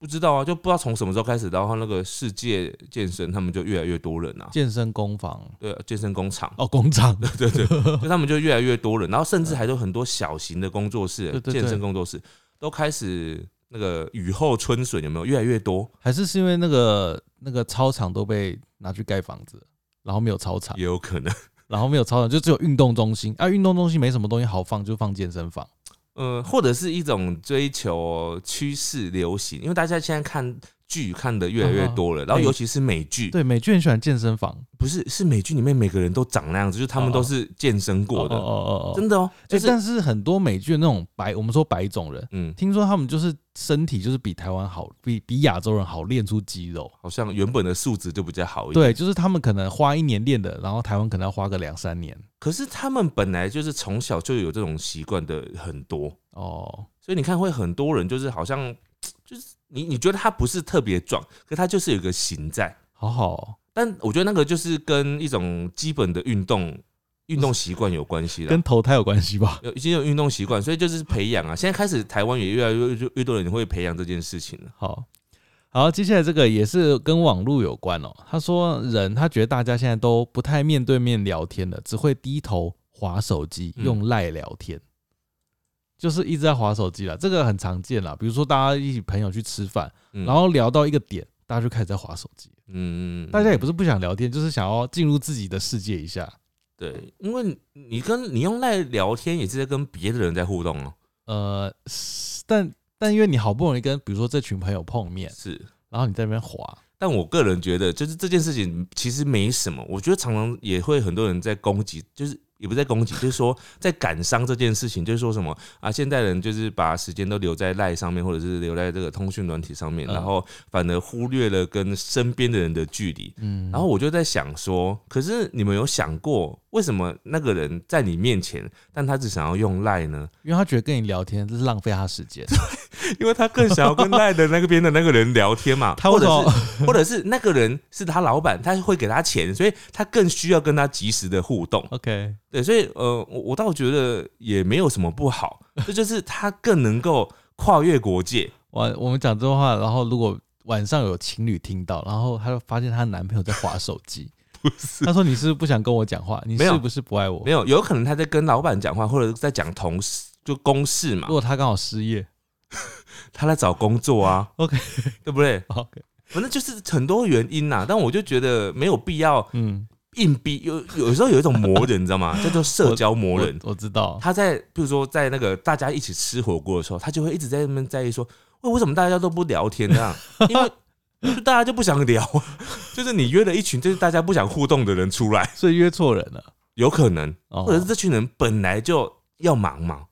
Speaker 2: 不知道啊，就不知道从什么时候开始，然后那个世界健身他们就越来越多人啊，
Speaker 1: 健身工坊
Speaker 2: 对，啊健身工 厂，
Speaker 1: 哦，工厂
Speaker 2: 对对，就他们就越来越多人，然后甚至还有很多小型的工作室、
Speaker 1: 啊对对对
Speaker 2: 健身工作室都开始那个雨后春笋，有没有越来越多？
Speaker 1: 还是是因为那个那个操场都被拿去盖房子，然后没有操场，
Speaker 2: 也有可能，
Speaker 1: 然后没有操场就只有运动中心啊，运动中心没什么东西好放，就放健身房。
Speaker 2: 呃，或者是一种追求趋势流行，因为大家现在看剧看的越来
Speaker 1: 嗯
Speaker 2: 越多了，然后
Speaker 1: 美
Speaker 2: 尤其是美剧，
Speaker 1: 对，美剧很喜欢健身房，
Speaker 2: 不是是美剧里面每个人都长那样子，就是他们
Speaker 1: 哦
Speaker 2: 都是健身过
Speaker 1: 哦
Speaker 2: 的，
Speaker 1: 哦哦哦，
Speaker 2: 真的哦，就
Speaker 1: 哎，
Speaker 2: 是
Speaker 1: 但是很多美剧的那种白，我们说白种人，
Speaker 2: 嗯，
Speaker 1: 听说他们就是身体就是比台湾好，比比亚洲人好练出肌肉。
Speaker 2: 好像原本的素质就比较好一点。
Speaker 1: 对，就是他们可能花一年练的，然后台湾可能要花个两三年。
Speaker 2: 可是他们本来就是从小就有这种习惯的很多，
Speaker 1: 哦，
Speaker 2: 所以你看会很多人就是好像就是你你觉得他不是特别壮，可他就是有一个型在。
Speaker 1: 好好哦、
Speaker 2: 但我觉得那个就是跟一种基本的运动运动习惯有关系了
Speaker 1: 跟。投胎有关系吧？
Speaker 2: 有已经有运动习惯，所以就是培养啊。现在开始，台湾也越来越越越多人会培养这件事情了。
Speaker 1: 好，好，接下来这个也是跟网络有关哦。他说人，他觉得大家现在都不太面对面聊天了，只会低头划手机，
Speaker 2: 嗯
Speaker 1: 用赖聊天，就是一直在划手机了。这个很常见啦，比如说大家一起朋友去吃饭，
Speaker 2: 嗯
Speaker 1: 然后聊到一个点，大家就开始在划手机。
Speaker 2: 嗯，
Speaker 1: 大家也不是不想聊天，就是想要进入自己的世界一下。
Speaker 2: 对，因为你你跟你用赖聊天，也是在跟别的人在互动哦、
Speaker 1: 呃，是但但因为你好不容易跟比如说这群朋友碰面，
Speaker 2: 是，
Speaker 1: 然后你在那边划，
Speaker 2: 但我个人觉得，就是这件事情其实没什么。我觉得常常也会很多人在攻击，就是也不是在攻击，就是说在感伤这件事情，就是说什么啊，现代人就是把时间都留在赖上面，或者是留在这个通讯软体上面，
Speaker 1: 嗯
Speaker 2: 然后反而忽略了跟身边的人的距离。
Speaker 1: 嗯，
Speaker 2: 然后我就在想说，可是你们有想过，为什么那个人在你面前，但他只想要用赖呢？
Speaker 1: 因为他觉得跟你聊天是浪费他时 间，
Speaker 2: 因为他更想要跟赖的那个边的那个人聊天嘛，
Speaker 1: 他哦
Speaker 2: 或
Speaker 1: 为
Speaker 2: 者
Speaker 1: 什么
Speaker 2: 是或者是那个人是他老板，他会给他钱，所以他更需要跟他及时的互动。
Speaker 1: OK，
Speaker 2: 对，所以呃，我我倒觉得也没有什么不好，这就是他更能够跨越国界。
Speaker 1: 我我们讲这话，然后如果晚上有情侣听到，然后她就发现她男朋友在划手机，
Speaker 2: 不是
Speaker 1: 她说你是不是不想跟我讲话？你
Speaker 2: 没有
Speaker 1: 是不是不爱我
Speaker 2: 没？有，有可能他在跟老板讲话，或者在讲同事就公事嘛
Speaker 1: 如，果她刚好失业
Speaker 2: 他在找工作啊
Speaker 1: OK
Speaker 2: 对不对？
Speaker 1: ，OK，
Speaker 2: 反正就是很多原因呐、但我就觉得没有必要
Speaker 1: 嗯，
Speaker 2: 硬逼，有有时候有一种魔人，你知道吗？叫做社交魔
Speaker 1: 我
Speaker 2: 人。
Speaker 1: 我知道，
Speaker 2: 他在比如说在那个大家一起吃火锅的时候，他就会一直在那边在意说，为为什么大家都不聊天这样？ 因为就大家就不想聊啊， 就是你约了一群就是大家不想互动的人出来，
Speaker 1: 所以约错人了，
Speaker 2: 有可能，
Speaker 1: 哦
Speaker 2: 或者是这群人本来就要忙嘛，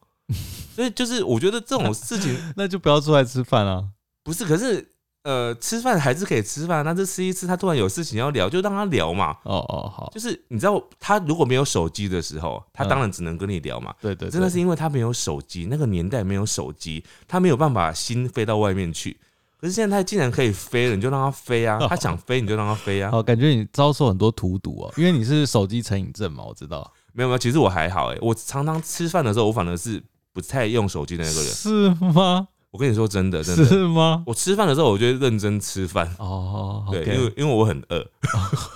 Speaker 2: 所以就是我觉得这种事 情
Speaker 1: 那就不要出来吃饭啊。
Speaker 2: 不是，可是呃，吃饭还是可以吃饭，但是吃一吃他突然有事情要聊，就让他聊嘛。
Speaker 1: 哦哦，好，
Speaker 2: 就是你知道，他如果没有手机的时候，他当然只能跟你聊嘛。
Speaker 1: 对对，对
Speaker 2: 真的是因为他没有手机，那个年代没有手机，他没有办法心飞到外面去。可是现在他竟然可以飞了，你就让他飞啊！他想飞你就让他飞啊！
Speaker 1: 哦，感觉你遭受很多荼毒哦，因为你是手机成瘾症嘛，我知道。
Speaker 2: 没有没有，其实我还好哎、我常常吃饭的时候，我反而是不太用手机的那个人。
Speaker 1: 是吗？
Speaker 2: 我跟你说真的，真的，
Speaker 1: 是吗？
Speaker 2: 我吃饭的时候，我就会认真吃饭。
Speaker 1: 哦
Speaker 2: 对，因为
Speaker 1: ，OK
Speaker 2: 因为我很饿。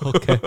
Speaker 1: OK，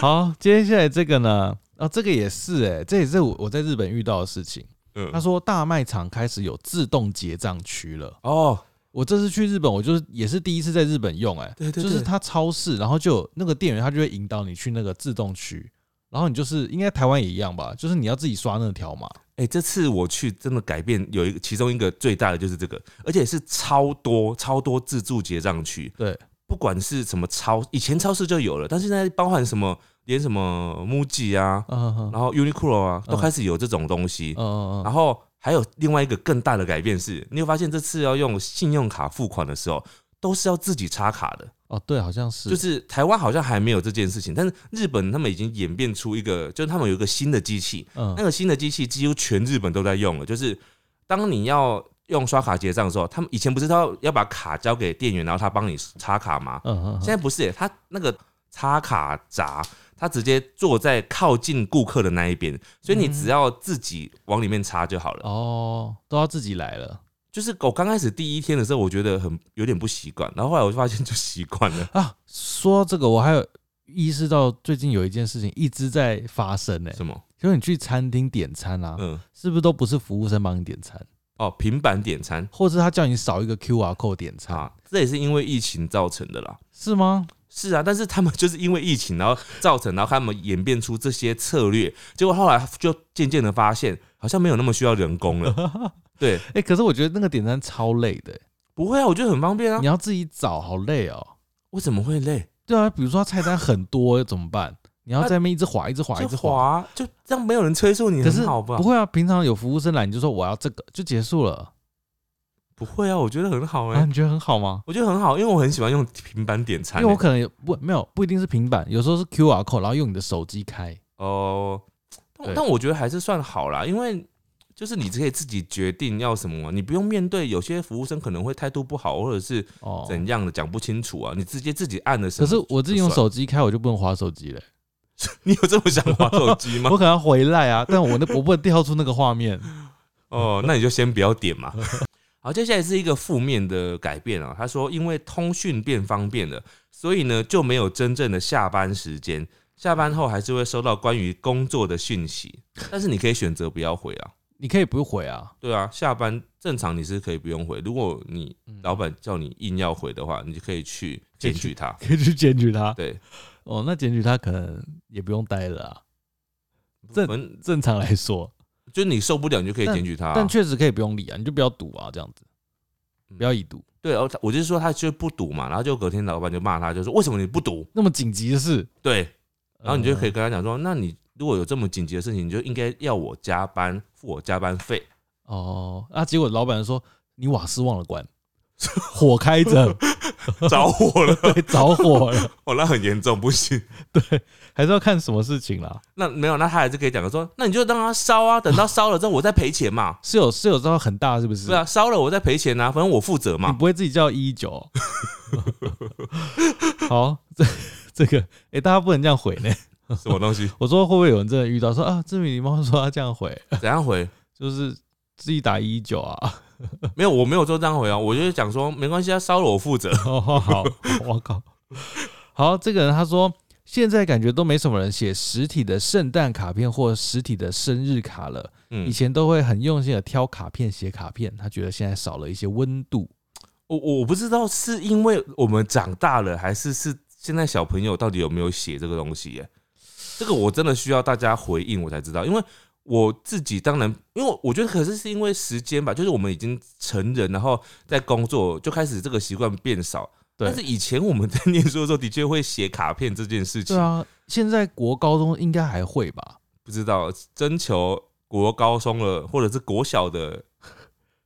Speaker 1: 好，接下来这个呢？啊，这个也是哎、这也是我我在日本遇到的事情。他
Speaker 2: 嗯，
Speaker 1: 说大卖场开始有自动结账区了。
Speaker 2: 哦，
Speaker 1: 我这次去日本，我就是也是第一次在日本用哎、
Speaker 2: 对对
Speaker 1: 就是
Speaker 2: 对
Speaker 1: 它超市，然后就有那个店员，他就会引导你去那个自动区，然后你就是应该台湾也一样吧，就是你要自己刷那个条码。
Speaker 2: 哎、这次我去真的改变有一个，其中一个最大的就是这个，而且是超多超多自助结账区。
Speaker 1: 对，
Speaker 2: 不管是什么超，以前超市就有了，但是现在包含什么，连什么 MUJI 啊，
Speaker 1: 嗯嗯嗯
Speaker 2: 然后 Uniqlo 啊，
Speaker 1: 嗯
Speaker 2: 都开始有这种东西。
Speaker 1: 嗯嗯，
Speaker 2: 然后还有另外一个更大的改变是，你会发现这次要用信用卡付款的时候，都是要自己插卡的。
Speaker 1: 哦对，好像是，
Speaker 2: 就是台湾好像还没有这件事情，但是日本他们已经演变出一个，就是他们有一个新的机器，
Speaker 1: 嗯
Speaker 2: 那个新的机器几乎全日本都在用了，就是当你要用刷卡结账的时候，他们以前不是他要把卡交给店员，然后他帮你插卡吗？
Speaker 1: 嗯嗯
Speaker 2: 现
Speaker 1: 嗯，
Speaker 2: 在不是、欸，他那个插卡闸，他直接坐在靠近顾客的那一边，所以你只要自己往里面插就好了。
Speaker 1: 嗯哦，都要自己来了
Speaker 2: 就是我刚开始第一天的时候，我觉得很有点不习惯，然后后来我就发现就习惯了。
Speaker 1: 啊。说到这个，我还有意识到最近有一件事情一直在发生呢、
Speaker 2: 什么？
Speaker 1: 就是你去餐厅点餐啊，
Speaker 2: 嗯，
Speaker 1: 是不是都不是服务生帮你点餐，
Speaker 2: 哦，平板点餐
Speaker 1: 或者是他叫你扫一个 QR code 点餐，
Speaker 2: 啊，这也是因为疫情造成的啦。
Speaker 1: 是吗？
Speaker 2: 是啊，但是他们就是因为疫情，然后造成，然后他们演变出这些策略，结果后来就渐渐的发现，好像没有那么需要人工了。 对，
Speaker 1: 哎、可是我觉得那个点餐超累的、欸
Speaker 2: 不会啊，我觉得很方便啊
Speaker 1: 你。要自己找，好累哦、
Speaker 2: 我怎么会累？
Speaker 1: 对啊，比如说他菜单很多怎么办？你要在那边一直划，一直划，一
Speaker 2: 就
Speaker 1: 直啊划。
Speaker 2: 滑啊，就让没有人催促你，
Speaker 1: 可是
Speaker 2: 很好吧
Speaker 1: 不？会啊，平常有服务生来，你就说我要这个，就结束了。
Speaker 2: 不会啊，我觉得很好哎、
Speaker 1: 啊，你觉得很好吗？
Speaker 2: 我觉得很好，因为我很喜欢用平板点餐、
Speaker 1: 因
Speaker 2: 欸。
Speaker 1: 为我可能也不没有不一定是平板，有时候是 QR code，然后用你的手机开。
Speaker 2: 哦、
Speaker 1: 对
Speaker 2: 但但我觉得还是算好啦，因为就是你可以自己决定要什么，你不用面对有些服务生可能会态度不好，或者是
Speaker 1: 哦，
Speaker 2: 怎样的讲不清楚啊，你直接自己按了什
Speaker 1: 可
Speaker 2: 么。
Speaker 1: 是我自己用，手机开，我就不能划手机了。
Speaker 2: 你有这么想滑手机 吗
Speaker 1: 我？可能要回来啊，但我那我不能跳出那个画面。
Speaker 2: 哦，那你就先不要点嘛。好，接下来是一个负面的改变啊。他说，因为通讯变方便了，所以呢就没有真正的下班时间。下班后还是会收到关于工作的讯息，但是你可以选择不要回啊。
Speaker 1: 你可以不用回啊，
Speaker 2: 对啊，下班正常你是可以不用回。如果你
Speaker 1: 嗯
Speaker 2: 老板叫你硬要回的话，你就可以去检举他。
Speaker 1: 可以去检举他。
Speaker 2: 对，
Speaker 1: 哦，那检举他可能也不用待了啊。这
Speaker 2: 反正
Speaker 1: 正常来说，
Speaker 2: 就你受不了，你就可以检举他啊、
Speaker 1: 但确实可以不用理啊，你就不要赌啊，这样子，
Speaker 2: 嗯
Speaker 1: 不要已读。
Speaker 2: 对，哦，我就是说他就不读嘛，然后就隔天老板就骂他，就说为什么你不读？
Speaker 1: 那么紧急的事，
Speaker 2: 对，然后你就可以
Speaker 1: 以
Speaker 2: 跟他讲说，那你如果有这么紧急的事情，你就应该要我加班，付我加班费。
Speaker 1: 哦。啊，结果老板说你瓦斯忘了关， 火开 着，
Speaker 2: 着火了，
Speaker 1: 对，着火了，
Speaker 2: 哦，那很严重，不行。
Speaker 1: 还是要看什么事情啦。
Speaker 2: 那没有，那他还是可以讲说，那你就让他烧啊，等到烧了之后我再赔钱嘛。
Speaker 1: 是有是有到很大是不是？
Speaker 2: 对啊，烧了我再赔钱啊，反正我负责
Speaker 1: 你
Speaker 2: 嘛。
Speaker 1: 不会自己叫一一九？ 好，这这个，哎、大家不能这样回呢。
Speaker 2: 什么东西？
Speaker 1: 我说会不会有人真的遇到说啊，志明你妈说他这样回，
Speaker 2: 怎样回？
Speaker 1: 就是自己打一一九啊？
Speaker 2: 没有，我没有说这样回啊，我就是讲说没关系啊，烧了我负责。
Speaker 1: 哦，好，我靠，好，这个人他说。现在感觉都没什么人写实体的圣诞卡片或实体的生日卡了，以
Speaker 2: 嗯，
Speaker 1: 前都会很用心的挑卡片、写卡片，他觉得现在少了一些温度。
Speaker 2: 我我不知道是因为我们长大了，还是是现在小朋友到底有没有写这个东西耶？这个我真的需要大家回应，我才知道，因为我自己当然，因为我觉得可是是因为时间吧，就是我们已经成人，然后在工作就开始这个习惯变少。
Speaker 1: 对
Speaker 2: 但是以前我们在念书的时候，的确会写卡片这件事情。
Speaker 1: 对啊，现在国高中应该还会吧？
Speaker 2: 不知道征求国高中了，或者是国小的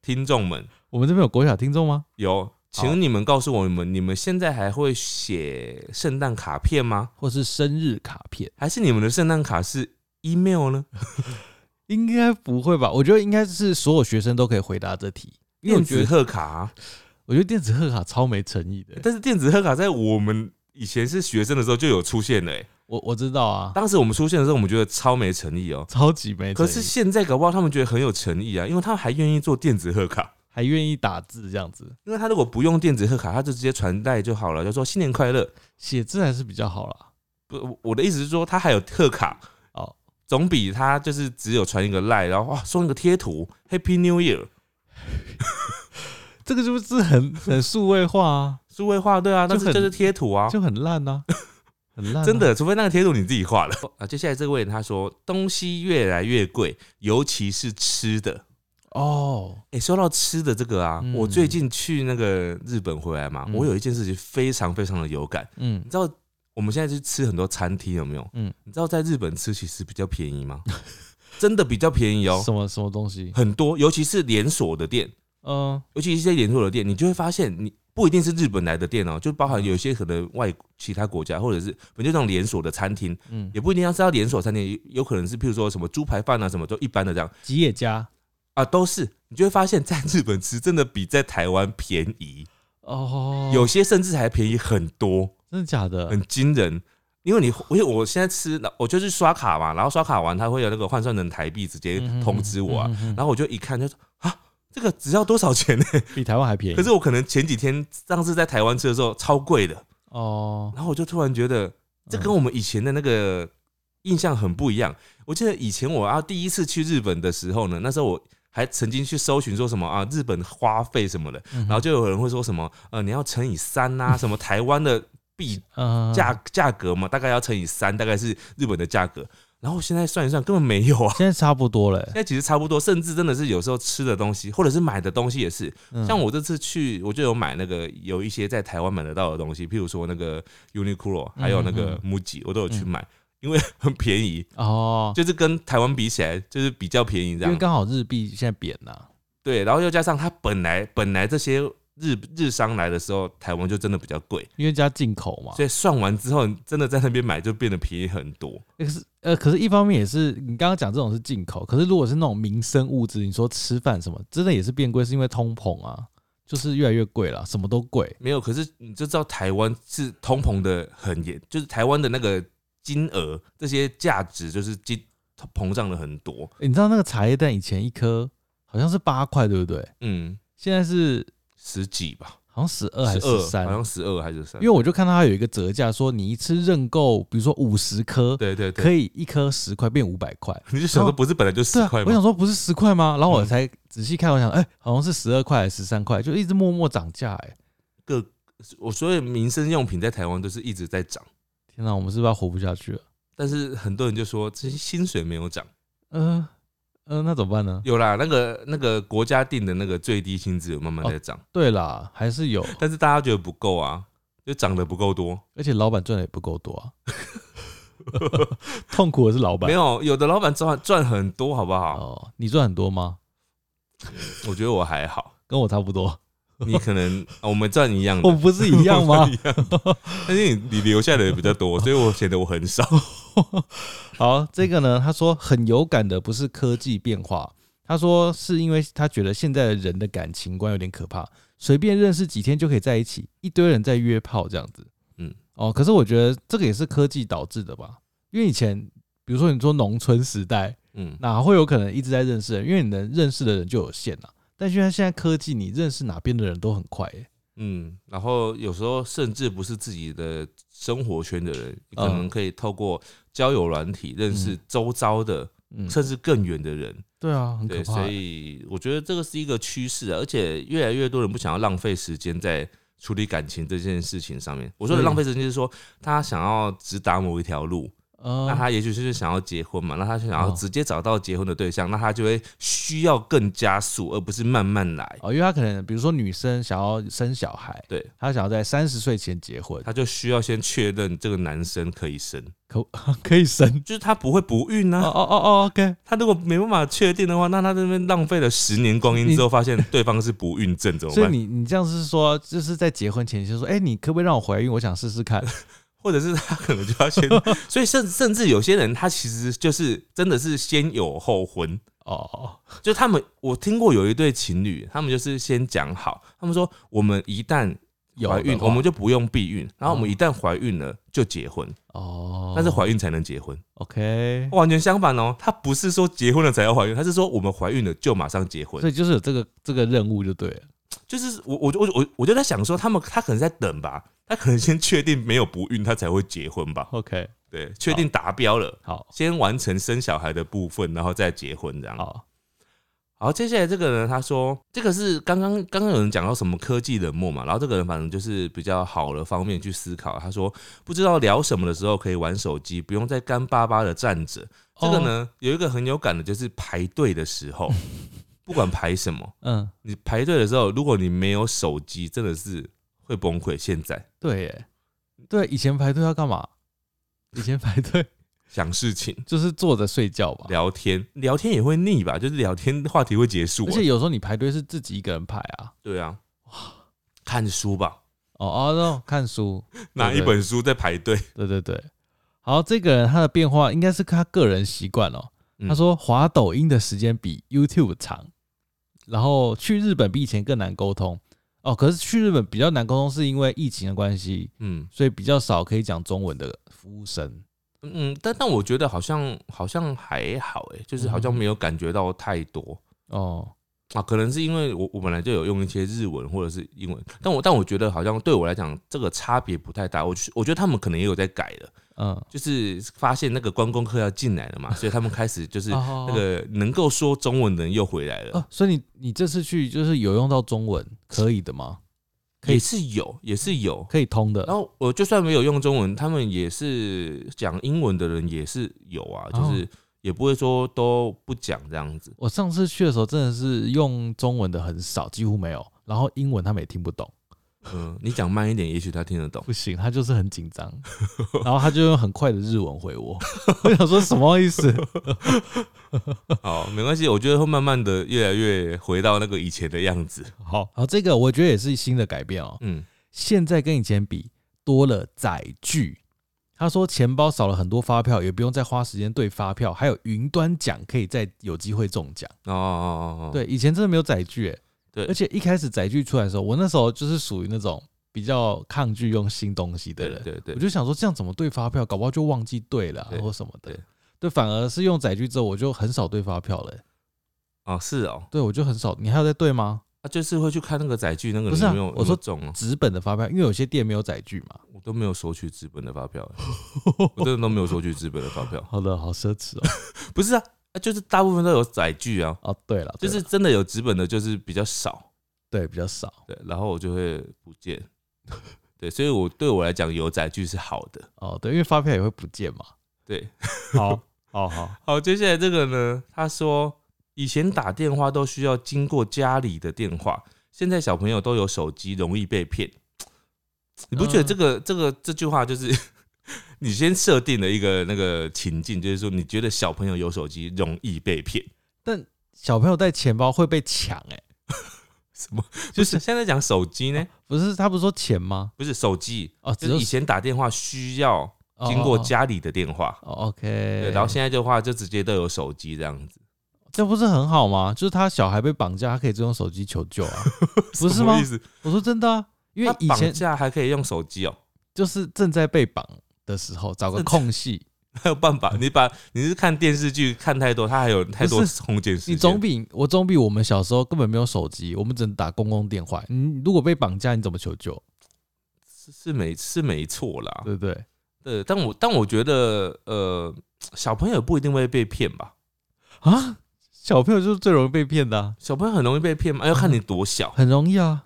Speaker 2: 听众们，
Speaker 1: 我们这边有国小听众吗？
Speaker 2: 有，请你们告诉我们，你们现在还会写圣诞卡片吗？
Speaker 1: 或是生日卡片？
Speaker 2: 还是你们的圣诞卡是 email 呢？
Speaker 1: 应该不会吧？我觉得应该是所有学生都可以回答这题，因为我
Speaker 2: 电
Speaker 1: 觉
Speaker 2: 子
Speaker 1: 得
Speaker 2: 贺卡 啊、
Speaker 1: 我觉得电子贺卡超没诚意的。
Speaker 2: 但是电子贺卡在我们以前是学生的时候就有出现了、欸，
Speaker 1: 我我知道啊，
Speaker 2: 当时我们出现的时候，我们觉得超没诚意哦、
Speaker 1: 超级没诚
Speaker 2: 可
Speaker 1: 意，
Speaker 2: 是现在搞不好他们觉得很有诚意啊，因为他们还愿意做电子贺卡。
Speaker 1: 还愿意打字这样子，
Speaker 2: 因为他如果不用电子贺卡，他就直接传带就好了，就说新年快乐。
Speaker 1: 写字还是比较好啦。
Speaker 2: 不，我我的意思是说，他还有贺卡
Speaker 1: 哦，
Speaker 2: 总比他就是只有传一个赖，然后哇送一个贴图 Happy New Year
Speaker 1: 这个就是很很数位化啊，
Speaker 2: 数位化，对啊，
Speaker 1: 就
Speaker 2: 但
Speaker 1: 很
Speaker 2: 是就是贴图啊，
Speaker 1: 就很烂啊，很烂啊、
Speaker 2: 真的，除非那个贴图你自己画了啊。接下来这位他说，东西越来越贵，尤其是吃的。
Speaker 1: 哦，
Speaker 2: 哎、说到吃的这个啊，
Speaker 1: 嗯
Speaker 2: 我最近去那个日本回来嘛，
Speaker 1: 嗯
Speaker 2: 我有一件事情非常非常的有感，
Speaker 1: 嗯
Speaker 2: 你，知道。我们现在去吃很多餐厅，有没有？
Speaker 1: 嗯
Speaker 2: 嗯，你知道在日本吃其实比较便宜吗？ 真的比较便 宜哦、
Speaker 1: 什么什么东西？
Speaker 2: 很多，尤其是连锁的店，
Speaker 1: 嗯、
Speaker 2: 尤其是一些连锁的店，你就会发现，你不一定是日本来的店哦、就包
Speaker 1: 嗯
Speaker 2: 含有一些可能外其他国家，或者是反正就那种连锁的餐厅，
Speaker 1: 嗯，
Speaker 2: 也不一定要是要连锁餐厅，有有可能是譬如说什么猪排饭啊，什么都一般的这样。
Speaker 1: 吉野家
Speaker 2: 啊，都是你就会发现，在日本吃真的比在台湾便宜，
Speaker 1: 哦，
Speaker 2: 有些甚至还便宜很多，
Speaker 1: 真的假的？
Speaker 2: 很惊人。因为你，因为我现在吃，我就是刷卡嘛，然后刷卡完，它会有那个换算成台币，直接通知我啊。
Speaker 1: 嗯哼嗯哼
Speaker 2: 然后我就一看就说啊，这个只要多少钱呢、
Speaker 1: 比台湾还便宜。
Speaker 2: 可是我可能前几天上次在台湾吃的时候超贵的，
Speaker 1: 哦，
Speaker 2: 然后我就突然觉得这跟我们以前的那个印象很不一样。我记得以前我啊第一次去日本的时候呢，那时候我还曾经去搜寻说什么啊日本花费什么的，
Speaker 1: 嗯哼
Speaker 2: 然后就有人会说什么呃你要乘以 三呐、什么台湾的币
Speaker 1: 嗯
Speaker 2: 价价格嘛，大概要乘以三，大概是日本的价格。然后现在算一算根本没有啊，
Speaker 1: 现在差不多了欸。
Speaker 2: 现在其实差不多，甚至真的是有时候吃的东西或者是买的东西也是，
Speaker 1: 嗯
Speaker 2: 像我这次去，我就有买那个有一些在台湾买得到的东西，譬如说那个 Uniqlo，还有那
Speaker 1: 嗯
Speaker 2: 个 MUJI，我都有去买，因为很便宜，
Speaker 1: 哦，
Speaker 2: 就是跟台湾比起来，就是比较便宜这
Speaker 1: 因为
Speaker 2: 样。
Speaker 1: 刚好日币现在贬啊了。
Speaker 2: 对，然后又加上它本来本来这些日日商来的时候，台湾就真的比较贵，
Speaker 1: 因为加进口嘛，
Speaker 2: 所以算完之后，你真的在那边买就变得便宜很多。
Speaker 1: 可是呃，可是一方面也是你刚刚讲这种是进口，可是如果是那种民生物资，你说吃饭什么，真的也是变贵，是因为通膨啊，就是越来越贵了，什么都贵。
Speaker 2: 没有，可是你就知道台湾是通膨的很严，就是台湾的那个金额这些价值就是金膨胀了很多。
Speaker 1: 欸你知道那个茶叶蛋以前一颗好像是八块，对不对？
Speaker 2: 嗯，
Speaker 1: 现在是
Speaker 2: 十几吧。
Speaker 1: 好像十二还是十
Speaker 2: 12好
Speaker 1: 三？
Speaker 2: 像十二还是三
Speaker 1: 因为。我就看到它有一个折价，说你一次认购，比如说五十颗，
Speaker 2: 对对
Speaker 1: 可
Speaker 2: 对，
Speaker 1: 以一颗十块变五百块。
Speaker 2: 你就想
Speaker 1: 然后
Speaker 2: 说不是本来就
Speaker 1: 对
Speaker 2: 十
Speaker 1: 啊
Speaker 2: 块，
Speaker 1: 我
Speaker 2: 吗？
Speaker 1: 想说不是十块吗？然后我
Speaker 2: 嗯
Speaker 1: 才仔细看，我想，哎、好像是十二块还是十三块，就一直默默涨价、哎，
Speaker 2: 各我所有民生用品在台湾都是一直在涨，
Speaker 1: 天哪、我们是不是要活不下去了？
Speaker 2: 但是很多人就说这些薪水没有涨，
Speaker 1: 呃呃，那怎么办呢？
Speaker 2: 有啦，那个那个国家定的那个最低薪资有慢
Speaker 1: 哦
Speaker 2: 慢在涨，
Speaker 1: 对啦，还是有，
Speaker 2: 但是大家觉得不够啊，就涨得不够多。
Speaker 1: 而且老板赚的也不够多 啊。痛苦的是老板
Speaker 2: 没，有，有的老板赚赚很多，好不好？
Speaker 1: 哦，你赚很多吗？
Speaker 2: 我觉得我还好，
Speaker 1: 跟我差不多，
Speaker 2: 你 可能啊我们赚一样
Speaker 1: 我
Speaker 2: 的，
Speaker 1: 们不是哦一样
Speaker 2: 我
Speaker 1: 吗
Speaker 2: 们？ 一样的但是你你留下的也比较多，所以我显得 我很少。
Speaker 1: 好，这个呢，他说很有感的不是科技变化，他说是因为他觉得现在的人的感情观有点可怕，随便认识几天就可以在一起，一堆人在约炮这样子。嗯
Speaker 2: 嗯，
Speaker 1: 哦，可是我觉得这个也是科技导致的吧，因为以前比如说你说农村时代，
Speaker 2: 嗯，
Speaker 1: 哪会有可能一直在认识人？因为你能认识的人就有限啊。但现在现在科技，你认识哪边的人都很快、欸，
Speaker 2: 嗯，然后有时候甚至不是自己的生活圈的人，你
Speaker 1: 嗯
Speaker 2: 可能可以透过交友软体认识周遭的，
Speaker 1: 嗯，
Speaker 2: 甚至更远的人。
Speaker 1: 对啊，很可
Speaker 2: 对，
Speaker 1: 怕、
Speaker 2: 所
Speaker 1: 欸
Speaker 2: 以我觉得这个是一个趋势啊，而且越来越多人不想要浪费时间在处理感情这件事情上面。我说的
Speaker 1: 对
Speaker 2: 浪费时间，就是说他想要直达某一条路，
Speaker 1: 呃
Speaker 2: 那他也许就是想要结婚嘛，那他就想要
Speaker 1: 哦
Speaker 2: 直接找到结婚的对象，那他就会需要更加速，而不是慢慢来。
Speaker 1: 哦，因为他可能比如说女生想要生小孩，
Speaker 2: 对，
Speaker 1: 她想要在三十岁前结婚，
Speaker 2: 他就需要先确认这个男生可以生。
Speaker 1: 可可以生。
Speaker 2: 就是他不会不孕
Speaker 1: 哦
Speaker 2: 啊。
Speaker 1: 哦哦哦，OK，
Speaker 2: 他如果没办法确定的话，那他这边浪费了十年光阴之后，发现对方是不孕症，怎么
Speaker 1: 所以
Speaker 2: 办？
Speaker 1: 你你这样是说，就是在结婚前先说，哎、你可不可以让我怀孕？我想试试 看。
Speaker 2: 或者是他可能就 要先，所以甚甚至有些人他其实就是真的是先有后婚，
Speaker 1: 哦，
Speaker 2: 就他们我听过有一对情侣，他们就是先讲好，他们说我们一旦
Speaker 1: 有
Speaker 2: 怀孕，
Speaker 1: 的话
Speaker 2: 我们就不用避孕，然后我们
Speaker 1: 嗯
Speaker 2: 一旦怀孕了就结婚，
Speaker 1: 哦，
Speaker 2: 但是怀孕才能结婚，
Speaker 1: OK，
Speaker 2: 完全相反哦，他不是说结婚了才要怀孕，他是说我们怀孕了就马上结婚
Speaker 1: 所。以就是有这个这个任务就对了。
Speaker 2: 就是我我我我我就在想说，他们他可能在等吧，他可能先确定没有不孕，他才会结婚吧？
Speaker 1: OK，
Speaker 2: 对，确定达标了，
Speaker 1: 好，
Speaker 2: 先完成生小孩的部分，然后再结婚这样。
Speaker 1: 好，
Speaker 2: 好，接下来这个人他说，这个是刚刚刚刚有人讲到什么科技冷漠嘛，然后这个人反正就是比较好的方面去思考，他说不知道聊什么的时候可以玩手机，不用再干巴巴的站着。这个呢，有一个很有感的就是排队的时候，不管排什么。
Speaker 1: 嗯，
Speaker 2: 你排队的时候，如果你没有手机，真的是会崩溃。现在
Speaker 1: 对耶，对，以前排队要干嘛？以前排 队
Speaker 2: 想事情、
Speaker 1: 就是坐着睡觉吧，
Speaker 2: 聊天，聊天也会腻吧？就是聊天话题会结束
Speaker 1: 而
Speaker 2: 啊。
Speaker 1: 且有时候你排队是自己一个人排啊。
Speaker 2: 对啊，看书吧，
Speaker 1: 哦哦，那看书，
Speaker 2: 拿一本书在排队。
Speaker 1: 对对对。好，这个人他的变化应该是他个人习惯哦。
Speaker 2: 嗯
Speaker 1: 他说滑抖音的时间比 YouTube 长，然后去日本比以前更难沟通哦。可是去日本比较难沟通，是因为疫情的关系，
Speaker 2: 嗯
Speaker 1: 所以比较少可以讲中文的服务生。
Speaker 2: 嗯，但但我觉得好像好像还好哎、就是好像没
Speaker 1: 嗯
Speaker 2: 有感觉到太多
Speaker 1: 哦，
Speaker 2: 啊，可能是因为我我本来就有用一些日文或者是英文，但我但我觉得好像对我来讲这个差别不太大，我去我觉得他们可能也有在改的，
Speaker 1: 嗯，
Speaker 2: 就是发现那个观光客要进来 了嘛，所以他们开始就是
Speaker 1: 哦
Speaker 2: 那个能够说中文的人又回来了。
Speaker 1: 哦，所以你你这次去就是有用到中文，可以的吗？可以
Speaker 2: 也是有，也是有。
Speaker 1: 可以通
Speaker 2: 然
Speaker 1: 的。
Speaker 2: 后我就算没有用中文，他们也是讲英文的人也是有啊，
Speaker 1: 哦
Speaker 2: 就是也不会说都不讲这样子。
Speaker 1: 我上次去的时候真的是用中文的很少，几乎没有，然后英文他们也听不懂，
Speaker 2: 嗯，你讲慢一点，也许他听得懂。
Speaker 1: 不行，他就是很紧张， 然后他就用很快的日文回我， 我想说什么意思？
Speaker 2: 好，没关系，我觉得会慢慢的越来越回到那个以前的样子。
Speaker 1: 好，好，这个我觉得也是新的改变哦。
Speaker 2: 嗯，
Speaker 1: 现在跟以前比多了载具。他说钱包少了很多发票，也不用再花时间对发票，还有云端奖可以再有机会中奖。
Speaker 2: 哦哦哦哦，
Speaker 1: 对，以前真的没有载具、欸，
Speaker 2: 对
Speaker 1: 而且一开始载具出来的时候，我那时候就是属于那种比较抗拒用新东西的人，
Speaker 2: 对
Speaker 1: 我
Speaker 2: 对对，
Speaker 1: 就想说这样怎么对发票，搞不好就忘记对了啊、
Speaker 2: 对
Speaker 1: 或什么的
Speaker 2: 对。
Speaker 1: 对，反而是用载具之后，我就很少对发票了欸、
Speaker 2: 哦是哦，
Speaker 1: 对，我就很少。你还有在对吗？
Speaker 2: 他就是会去看那个载具，那个
Speaker 1: 不
Speaker 2: 人
Speaker 1: 是啊
Speaker 2: 有没有
Speaker 1: 我
Speaker 2: 有没有
Speaker 1: 说
Speaker 2: 中哦，
Speaker 1: 纸本的发票，因为有些店没有载具嘛。
Speaker 2: 我都没有收取资本的发票，欸我真的都没有收取资本的发票。
Speaker 1: 好的，好奢侈哦。
Speaker 2: 不是啊，啊就是大部分都有载具啊，
Speaker 1: 哦，对了，
Speaker 2: 就
Speaker 1: 对
Speaker 2: 是
Speaker 1: 了
Speaker 2: 真的有纸本的，就是比较少，
Speaker 1: 对比较少
Speaker 2: 对，然后我就会不见， 对，所以我对我来讲有载具是好的，
Speaker 1: 哦，对，因为发票也会不见嘛。
Speaker 2: 对。
Speaker 1: 好，好好，
Speaker 2: 好，接下来这个呢，他说以前打电话都需要经过家里的电话，现在小朋友都有手机，容易被骗。你不觉得这个、
Speaker 1: 嗯
Speaker 2: 这个这句话就是 你先设定了一个那个情境，就是说你觉得小朋友有手机容易被骗？
Speaker 1: 但小朋友带钱包会被抢，哎，
Speaker 2: 什么？
Speaker 1: 就
Speaker 2: 就是是现在讲手机呢？
Speaker 1: 不是他不是说钱吗？
Speaker 2: 不是手机，
Speaker 1: 哦，只
Speaker 2: 就是以前打电话需要
Speaker 1: 哦
Speaker 2: 经过
Speaker 1: 哦哦
Speaker 2: 家里的电话，
Speaker 1: 哦，OK，
Speaker 2: 对，然后现在的话就直接都有手机这样子，
Speaker 1: 这不是很好吗？就是他小孩被绑架，他可以直接用手机求救啊。不是
Speaker 2: 什
Speaker 1: 吗
Speaker 2: 么意思？
Speaker 1: 我说真的啊，因
Speaker 2: 因
Speaker 1: 为
Speaker 2: 为
Speaker 1: 以
Speaker 2: 绑
Speaker 1: 前
Speaker 2: 架还可以用手机哦，
Speaker 1: 就是正在被绑的时候，找个空隙，
Speaker 2: 还有办法？你把你是看电视剧看太多，它还有太多
Speaker 1: 嗯不是
Speaker 2: 空间时间。
Speaker 1: 你总比我总比我们小时候根本没有手机，我们只能打公共电话。你如果被绑架，你怎么求救？啊
Speaker 2: 是是没是没错啦，
Speaker 1: 对不对？
Speaker 2: 对，但我但我觉得呃，小朋友不一定会被骗吧？
Speaker 1: 啊，小朋友就是最容易被骗的啊、
Speaker 2: 小朋友很容易被骗吗？要看你多小，
Speaker 1: 很容易啊，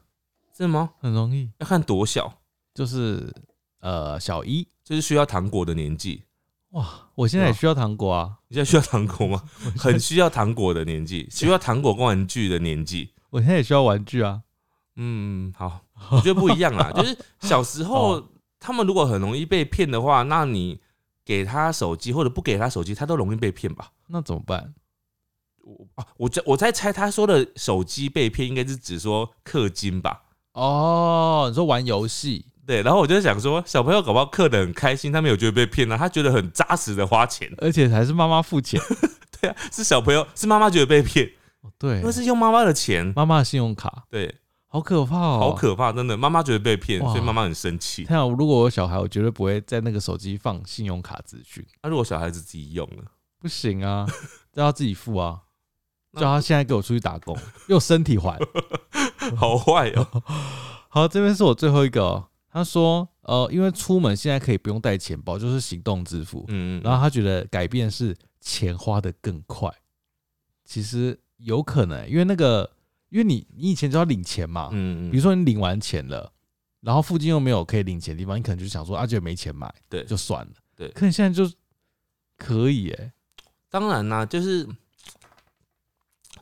Speaker 2: 是吗？
Speaker 1: 很容易，
Speaker 2: 要看多小，
Speaker 1: 就是呃小一
Speaker 2: 就是需要糖果的年纪。
Speaker 1: 哇，我现在也需要糖果啊，
Speaker 2: 你现在需要糖 果吗？很需要糖果的年纪，需要糖果跟玩具的年纪。
Speaker 1: 我现在也需要玩具啊，
Speaker 2: 嗯，好，我觉得不一 样啦。就是小时候
Speaker 1: 哦
Speaker 2: 他们如果很容易被骗的话，那你给他手机或者不给他手机，他都容易被骗吧？
Speaker 1: 那怎么办？
Speaker 2: 我啊，我在我在猜他说的手机被骗，应该是指说氪金吧？
Speaker 1: 哦，你说玩游戏，
Speaker 2: 对，然后我就想说，小朋友搞不好氪的很开心，他没有觉得被骗了、啊他觉得很扎实的花钱。
Speaker 1: 而且还是妈妈付 钱，
Speaker 2: 对啊，是小朋友是妈妈觉得被骗，
Speaker 1: 哦对
Speaker 2: 因为，是用妈妈的钱。
Speaker 1: 妈妈的信用卡，
Speaker 2: 对，
Speaker 1: 好可怕哦！
Speaker 2: 好可怕，真的，妈妈觉得被骗，
Speaker 1: 哇
Speaker 2: 所以妈妈很生气。
Speaker 1: 天啊！如果我有小孩，我绝对不会在那个手机放信用卡资讯，
Speaker 2: 那、如果小孩子自己用呢？
Speaker 1: 不行 啊，叫他自己付啊，
Speaker 2: 那
Speaker 1: 叫他现在给我出去打工，用身体 还。
Speaker 2: 好坏 哦、
Speaker 1: 好，这边是我最后一个、哦，他说，呃，因为出门现在可以不用带钱包，就是行动支付，
Speaker 2: 嗯，
Speaker 1: 然后他觉得改变是钱花的更快，其实有可能、因为那个，因为你你以前就要领钱嘛，
Speaker 2: 嗯，
Speaker 1: 比如说你领完钱了，然后附近又没有可以领钱的地方，你可能就想说啊，就没钱买，
Speaker 2: 对
Speaker 1: 就算了。
Speaker 2: 对
Speaker 1: 可你现在就可以哎、
Speaker 2: 当然啦、就是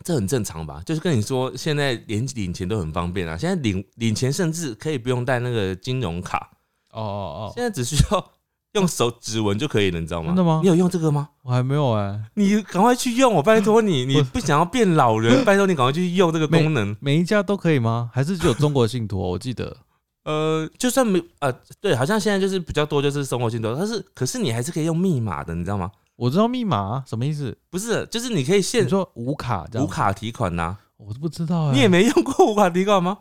Speaker 2: 这很正常吧？就是跟你说，现在连领钱都很方便啊，现在领领钱甚至可以不用带那个金融卡，
Speaker 1: 哦哦
Speaker 2: 现
Speaker 1: 哦，
Speaker 2: 在只需要用手指纹就可以了，你知道吗？
Speaker 1: 真的吗
Speaker 2: 你有用这个吗？
Speaker 1: 我还没有哎、
Speaker 2: 你赶快去用，我拜托 你，你不想要变老人，拜托你赶快去用这个功能。
Speaker 1: 每一家都可以吗？还是只有中国信托？我记得
Speaker 2: 呃，就算没呃，对，好像现在就是比较多就是生活性多，但是可是你还是可以用密码的，你知道吗？
Speaker 1: 我知道密码啊、什么意思？
Speaker 2: 不是，就是你可以
Speaker 1: 你
Speaker 2: 现
Speaker 1: 说无卡这样
Speaker 2: 无卡提款呐、
Speaker 1: 我都不知道、欸。
Speaker 2: 你也没用过无卡提告吗？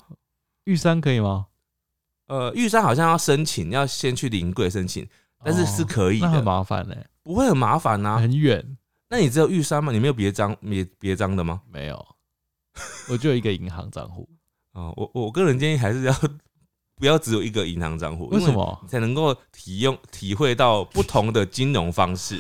Speaker 1: 玉山可以吗？
Speaker 2: 呃，玉山好像要申请，要先去临柜申请，但是是可以
Speaker 1: 哦那很
Speaker 2: 的，
Speaker 1: 麻烦哎嘞、
Speaker 2: 不会很麻烦呐、
Speaker 1: 很远
Speaker 2: 那你只有玉山吗？你没有别张别别张的吗？
Speaker 1: 没 有，我就有一个银行账户。
Speaker 2: 啊、我我个人建议还是要不要只有一个银行账户，
Speaker 1: 为
Speaker 2: 因嗯
Speaker 1: 什么
Speaker 2: 你才能够体用体会到不同的金融 方式，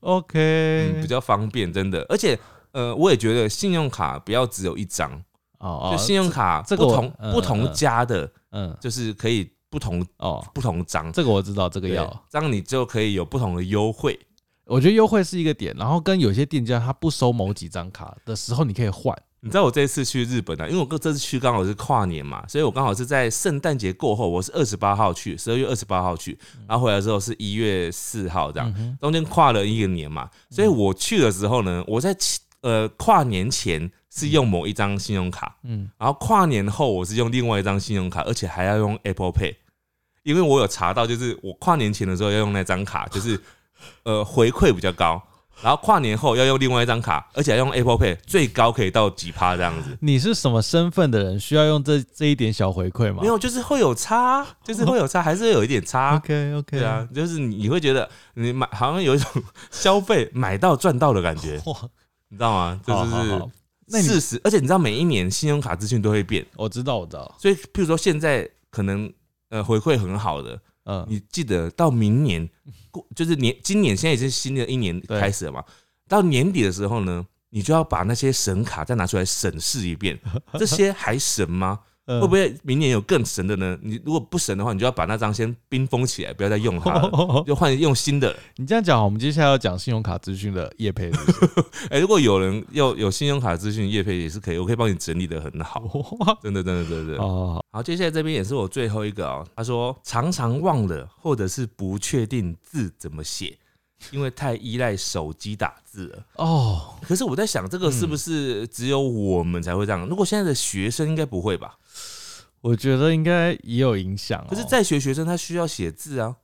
Speaker 1: ？OK，、
Speaker 2: 嗯，比较方便，真的。而且，呃，我也觉得信用卡不要只有一张，
Speaker 1: 哦哦，
Speaker 2: 就信用卡
Speaker 1: 这
Speaker 2: 不
Speaker 1: 这个我
Speaker 2: 同、
Speaker 1: 嗯
Speaker 2: 不同家的，
Speaker 1: 嗯
Speaker 2: 就是可以不同
Speaker 1: 哦，
Speaker 2: 不同张，
Speaker 1: 这个我知道，这个
Speaker 2: 对
Speaker 1: 要。
Speaker 2: 这样你就可以有不同的优惠。
Speaker 1: 我觉得优惠是一个点，然后跟有些店家他不收某几张卡的时候，你可以换。
Speaker 2: 你知道我这一次去日本啊，因为我这次去刚好是跨年嘛，所以我刚好是在圣诞节过后，我是二十八号去，十二月二十八号去，然后回来之后是一月四号这样，
Speaker 1: 嗯
Speaker 2: 中间跨了一个年嘛，所以我去的时候呢，我在其呃跨年前是用某一张信用卡，
Speaker 1: 嗯，
Speaker 2: 然后跨年后我是用另外一张信用卡，而且还要用 Apple Pay，因为我有查到，就是我跨年前的时候要用那张卡，就是呃回馈比较高，然后跨年后要用另外一张卡，而且还用 Apple Pay，最高可以到几趴这样子。
Speaker 1: 你是什么身份的人需要用这这一点小回馈吗？
Speaker 2: 没有，就是会有差，啊就是会有差，还是会有一 点差。
Speaker 1: OK OK，
Speaker 2: 对啊，就是你你会觉得你买好像有一种消费买到赚到的感觉，
Speaker 1: 哇，
Speaker 2: 你知道吗？这
Speaker 1: 好
Speaker 2: 就
Speaker 1: 好好
Speaker 2: 是
Speaker 1: 那你
Speaker 2: 事实，而且你知道每一年信用卡资讯都会变，
Speaker 1: 我知道我知道，
Speaker 2: 所以譬如说现在可能呃回馈很好的，
Speaker 1: 嗯，
Speaker 2: 你记得到明年过就是年今年现在已经新的一年
Speaker 1: 对
Speaker 2: 开始了嘛，到年底的时候呢，你就要把那些神卡再拿出来审视 一遍，这些还神吗？
Speaker 1: 会
Speaker 2: 会不会明年有更神的呢？你如果不神的话，你就要把那张先冰封起来，不要再用它 了。就换用新的了。
Speaker 1: 你这样讲好，我们接下来要讲信用卡资讯的业配是不是
Speaker 2: 哎、如果有人要有信用卡资讯业配也是可以，我可以帮你整理的很 好。
Speaker 1: 好
Speaker 2: 真的，真的，真的，真的。
Speaker 1: 好好，
Speaker 2: 好，接下来这边也是我最后一个哦。他说常常忘了，或者是不确定字怎么写，因为太依赖手机打字了。
Speaker 1: 哦，
Speaker 2: 可是我在想，这个是不是只有我们才会这样？如果现在的学生应该不会吧？
Speaker 1: 我觉得应该也有影响、哦。
Speaker 2: 可是，在学学生他需要写字啊，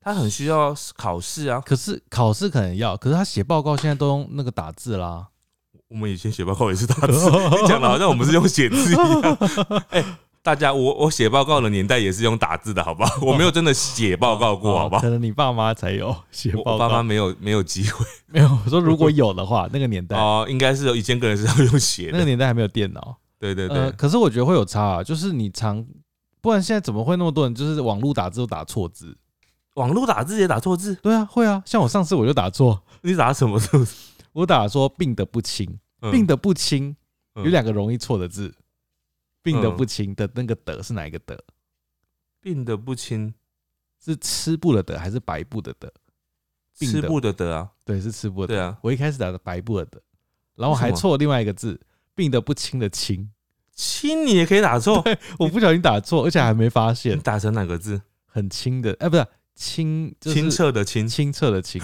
Speaker 2: 他很需要考试啊。
Speaker 1: 可是考试可能要，可是他写报告现在都用那个打字啦。
Speaker 2: 我们以前写报告也是打 字，你讲的好像我们是用写字一 样。哎、大家，我我写报告的年代也是用打字的，好不好？我没有真的写报告过，好不
Speaker 1: 哦
Speaker 2: 好
Speaker 1: 可？能你爸妈才有写
Speaker 2: 我
Speaker 1: 报
Speaker 2: 我爸妈
Speaker 1: 告，
Speaker 2: 没有没有机会。
Speaker 1: 没有。我说如果有的话，那个年代，
Speaker 2: 哦，应该是有一千个人是要用写
Speaker 1: 那个
Speaker 2: 的，
Speaker 1: 年代还没有电脑。
Speaker 2: 对对对
Speaker 1: 呃，，可是我觉得会有差啊，就是你常，不然现在怎么会那么多人就是网络打字都打错字？
Speaker 2: 网络打字也打错字，
Speaker 1: 对啊，会啊，像我上次我就打错，
Speaker 2: 你打什么 字？
Speaker 1: 我打说病得不轻，病
Speaker 2: 的
Speaker 1: 得不轻，
Speaker 2: 嗯
Speaker 1: 有两个容易错的字，病得不轻的那个得是哪一个得？
Speaker 2: 病的不轻，
Speaker 1: 是吃布的得还是白布的得？病
Speaker 2: 吃
Speaker 1: 得
Speaker 2: 不得得啊，
Speaker 1: 对，是吃布的得。
Speaker 2: 对啊，
Speaker 1: 我一开始打的白布的得，然后我
Speaker 2: 为什
Speaker 1: 还
Speaker 2: 么
Speaker 1: 错了另外一个字，病得不轻的轻，
Speaker 2: 轻你也可以打错，
Speaker 1: 我不小心打错，而且还没发
Speaker 2: 你
Speaker 1: 现，
Speaker 2: 打成哪个字？
Speaker 1: 很轻的，哎、不是轻，就是
Speaker 2: 清澈的清，
Speaker 1: 清澈的清。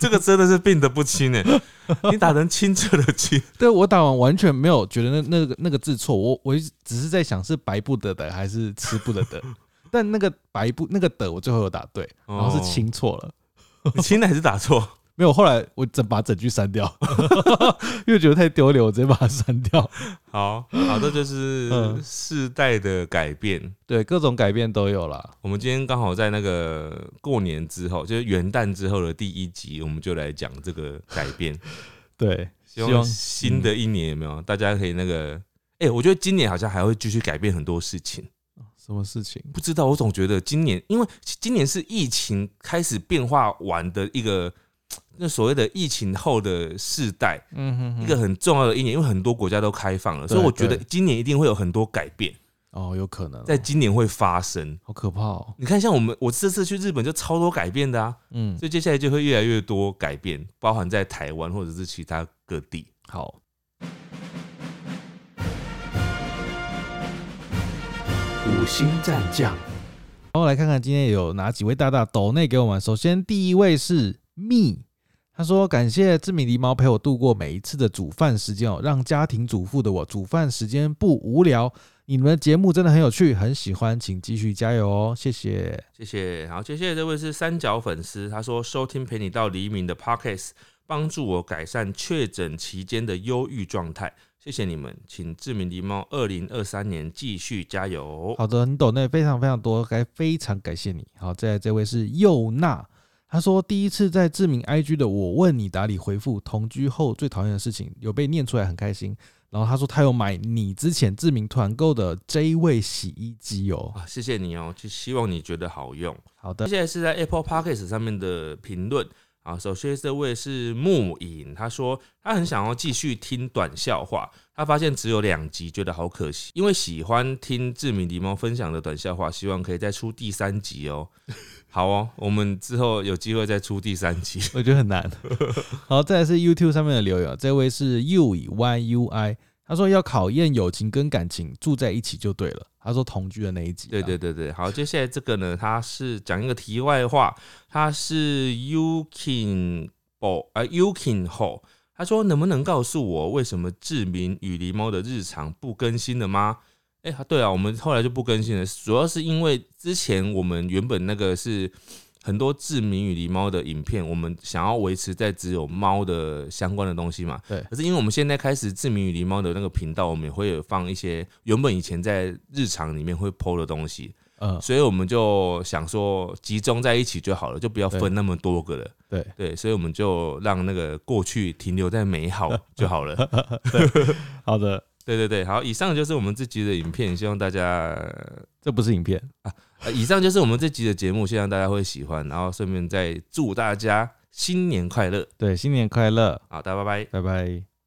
Speaker 2: 这个真的是病的不轻哎， 你打成清澈的清，
Speaker 1: 对我打完完全没有觉得那那个那个字错，我我一直只是在想是白布的的还是吃布的 的，但那个白布那个的我最后有打对，然后是
Speaker 2: 哦
Speaker 1: 清错了，
Speaker 2: 你轻的还是打错？
Speaker 1: 没有后来我整把整句删掉， 因为觉得太丢脸，我直接把它删掉。
Speaker 2: 好好，这就是
Speaker 1: 嗯
Speaker 2: 世代的改变。
Speaker 1: 对，各种改变都有啦。
Speaker 2: 我们今天刚好在那个过年之后，就是元旦之后的第一集，我们就来讲这个改变。
Speaker 1: 对，
Speaker 2: 希
Speaker 1: 希
Speaker 2: 望
Speaker 1: 望嗯
Speaker 2: 新的一年有没有大家可以那个？哎、我觉得今年好像还会继续改变很多事情。
Speaker 1: 什么事情？
Speaker 2: 不知道，我总觉得今年，因为今年是疫情开始变化完的一个，那所谓的疫情后的世代，
Speaker 1: 嗯哼哼
Speaker 2: 一个很重要的一年，因为很多国家都开放了，所以
Speaker 1: 对
Speaker 2: 我觉得
Speaker 1: 对
Speaker 2: 今年一定会有很多改变，
Speaker 1: 哦，有可能哦、
Speaker 2: 在今年会发生。
Speaker 1: 好可怕哦。
Speaker 2: 你看，像我们我这次去日本就超多改变的啊，
Speaker 1: 嗯，
Speaker 2: 所以接下来就会越来越多改变，包含在台湾或者是其他各地。
Speaker 1: 好，
Speaker 3: 五星战将，
Speaker 1: 然后来看看今天有哪几位大大抖内给我们。首先第一位是蜜，他说感谢志敏狸猫陪我度过每一次的煮饭时间哦，让家庭主妇的我煮饭时间不无聊。你们的节目真的很有趣，很喜欢，请继续加油哦，谢谢。
Speaker 2: 谢谢。好，接下来这位是三角粉丝，他说收听陪你到黎明的 Pockets，帮助我改善确诊期间的忧郁状态。谢谢你们，请志明狸猫二零二三年继续加油。
Speaker 1: 好的，你抖内非常非常多，该非常感谢你。好，再来这位是佑娜，她说第一次在知名 IG 的我问你打理回复同居后最讨厌的事情，有被念出来很开心。然后她说她有买你之前志明团购的 J 位洗衣机哦。
Speaker 2: 啊，谢谢你哦，就希望你觉得好用。
Speaker 1: 好的，
Speaker 2: 接下来是在 Apple Podcast 上面的评论啊，首先这位是木影，他说他很想要继续听短笑话，他发现只有两集，觉得好可惜，因为喜欢听志明狸猫分享的短笑话，希望可以再出第三集哦。好哦，我们之后有机会再出第三集。
Speaker 1: 我觉得很 难。好，再来是 YouTube 上面的留言，这位是 U E Y U I，他说要考验友情跟感情，住在一起就对了。他说同居的那一集啊、
Speaker 2: 对对对对，好，接下来这个呢，它是讲一个题外话，它是 Yukin Bo 呃 Yukin Ho，他说能不能告诉我为什么志明与狸猫的日常不更新了吗？哎、对啊，我们后来就不更新了，主要是因为之前我们原本那个是很多志明与狸猫的影片，我们想要维持在只有猫的相关的东西嘛。
Speaker 1: 对
Speaker 2: 可是因为我们现在开始志明与狸猫的那个频道，我们也会有放一些原本以前在日常里面会 PO 的东西，
Speaker 1: 嗯，
Speaker 2: 所以我们就想说集中在一起就好了，就不要
Speaker 1: 对
Speaker 2: 分那么多个了。
Speaker 1: 对，
Speaker 2: 对，所以我们就让那个过去停留在 美好就好了。
Speaker 1: 好的，
Speaker 2: 对对对，好，以上就是我们这集的影片，希望大家
Speaker 1: 这不是影片，
Speaker 2: 呃，以上就是我们这集的节目，希望大家会喜欢，然后顺便再祝大家新年快乐
Speaker 1: 对，新年快乐，
Speaker 2: 好，大家拜拜。
Speaker 1: 拜拜。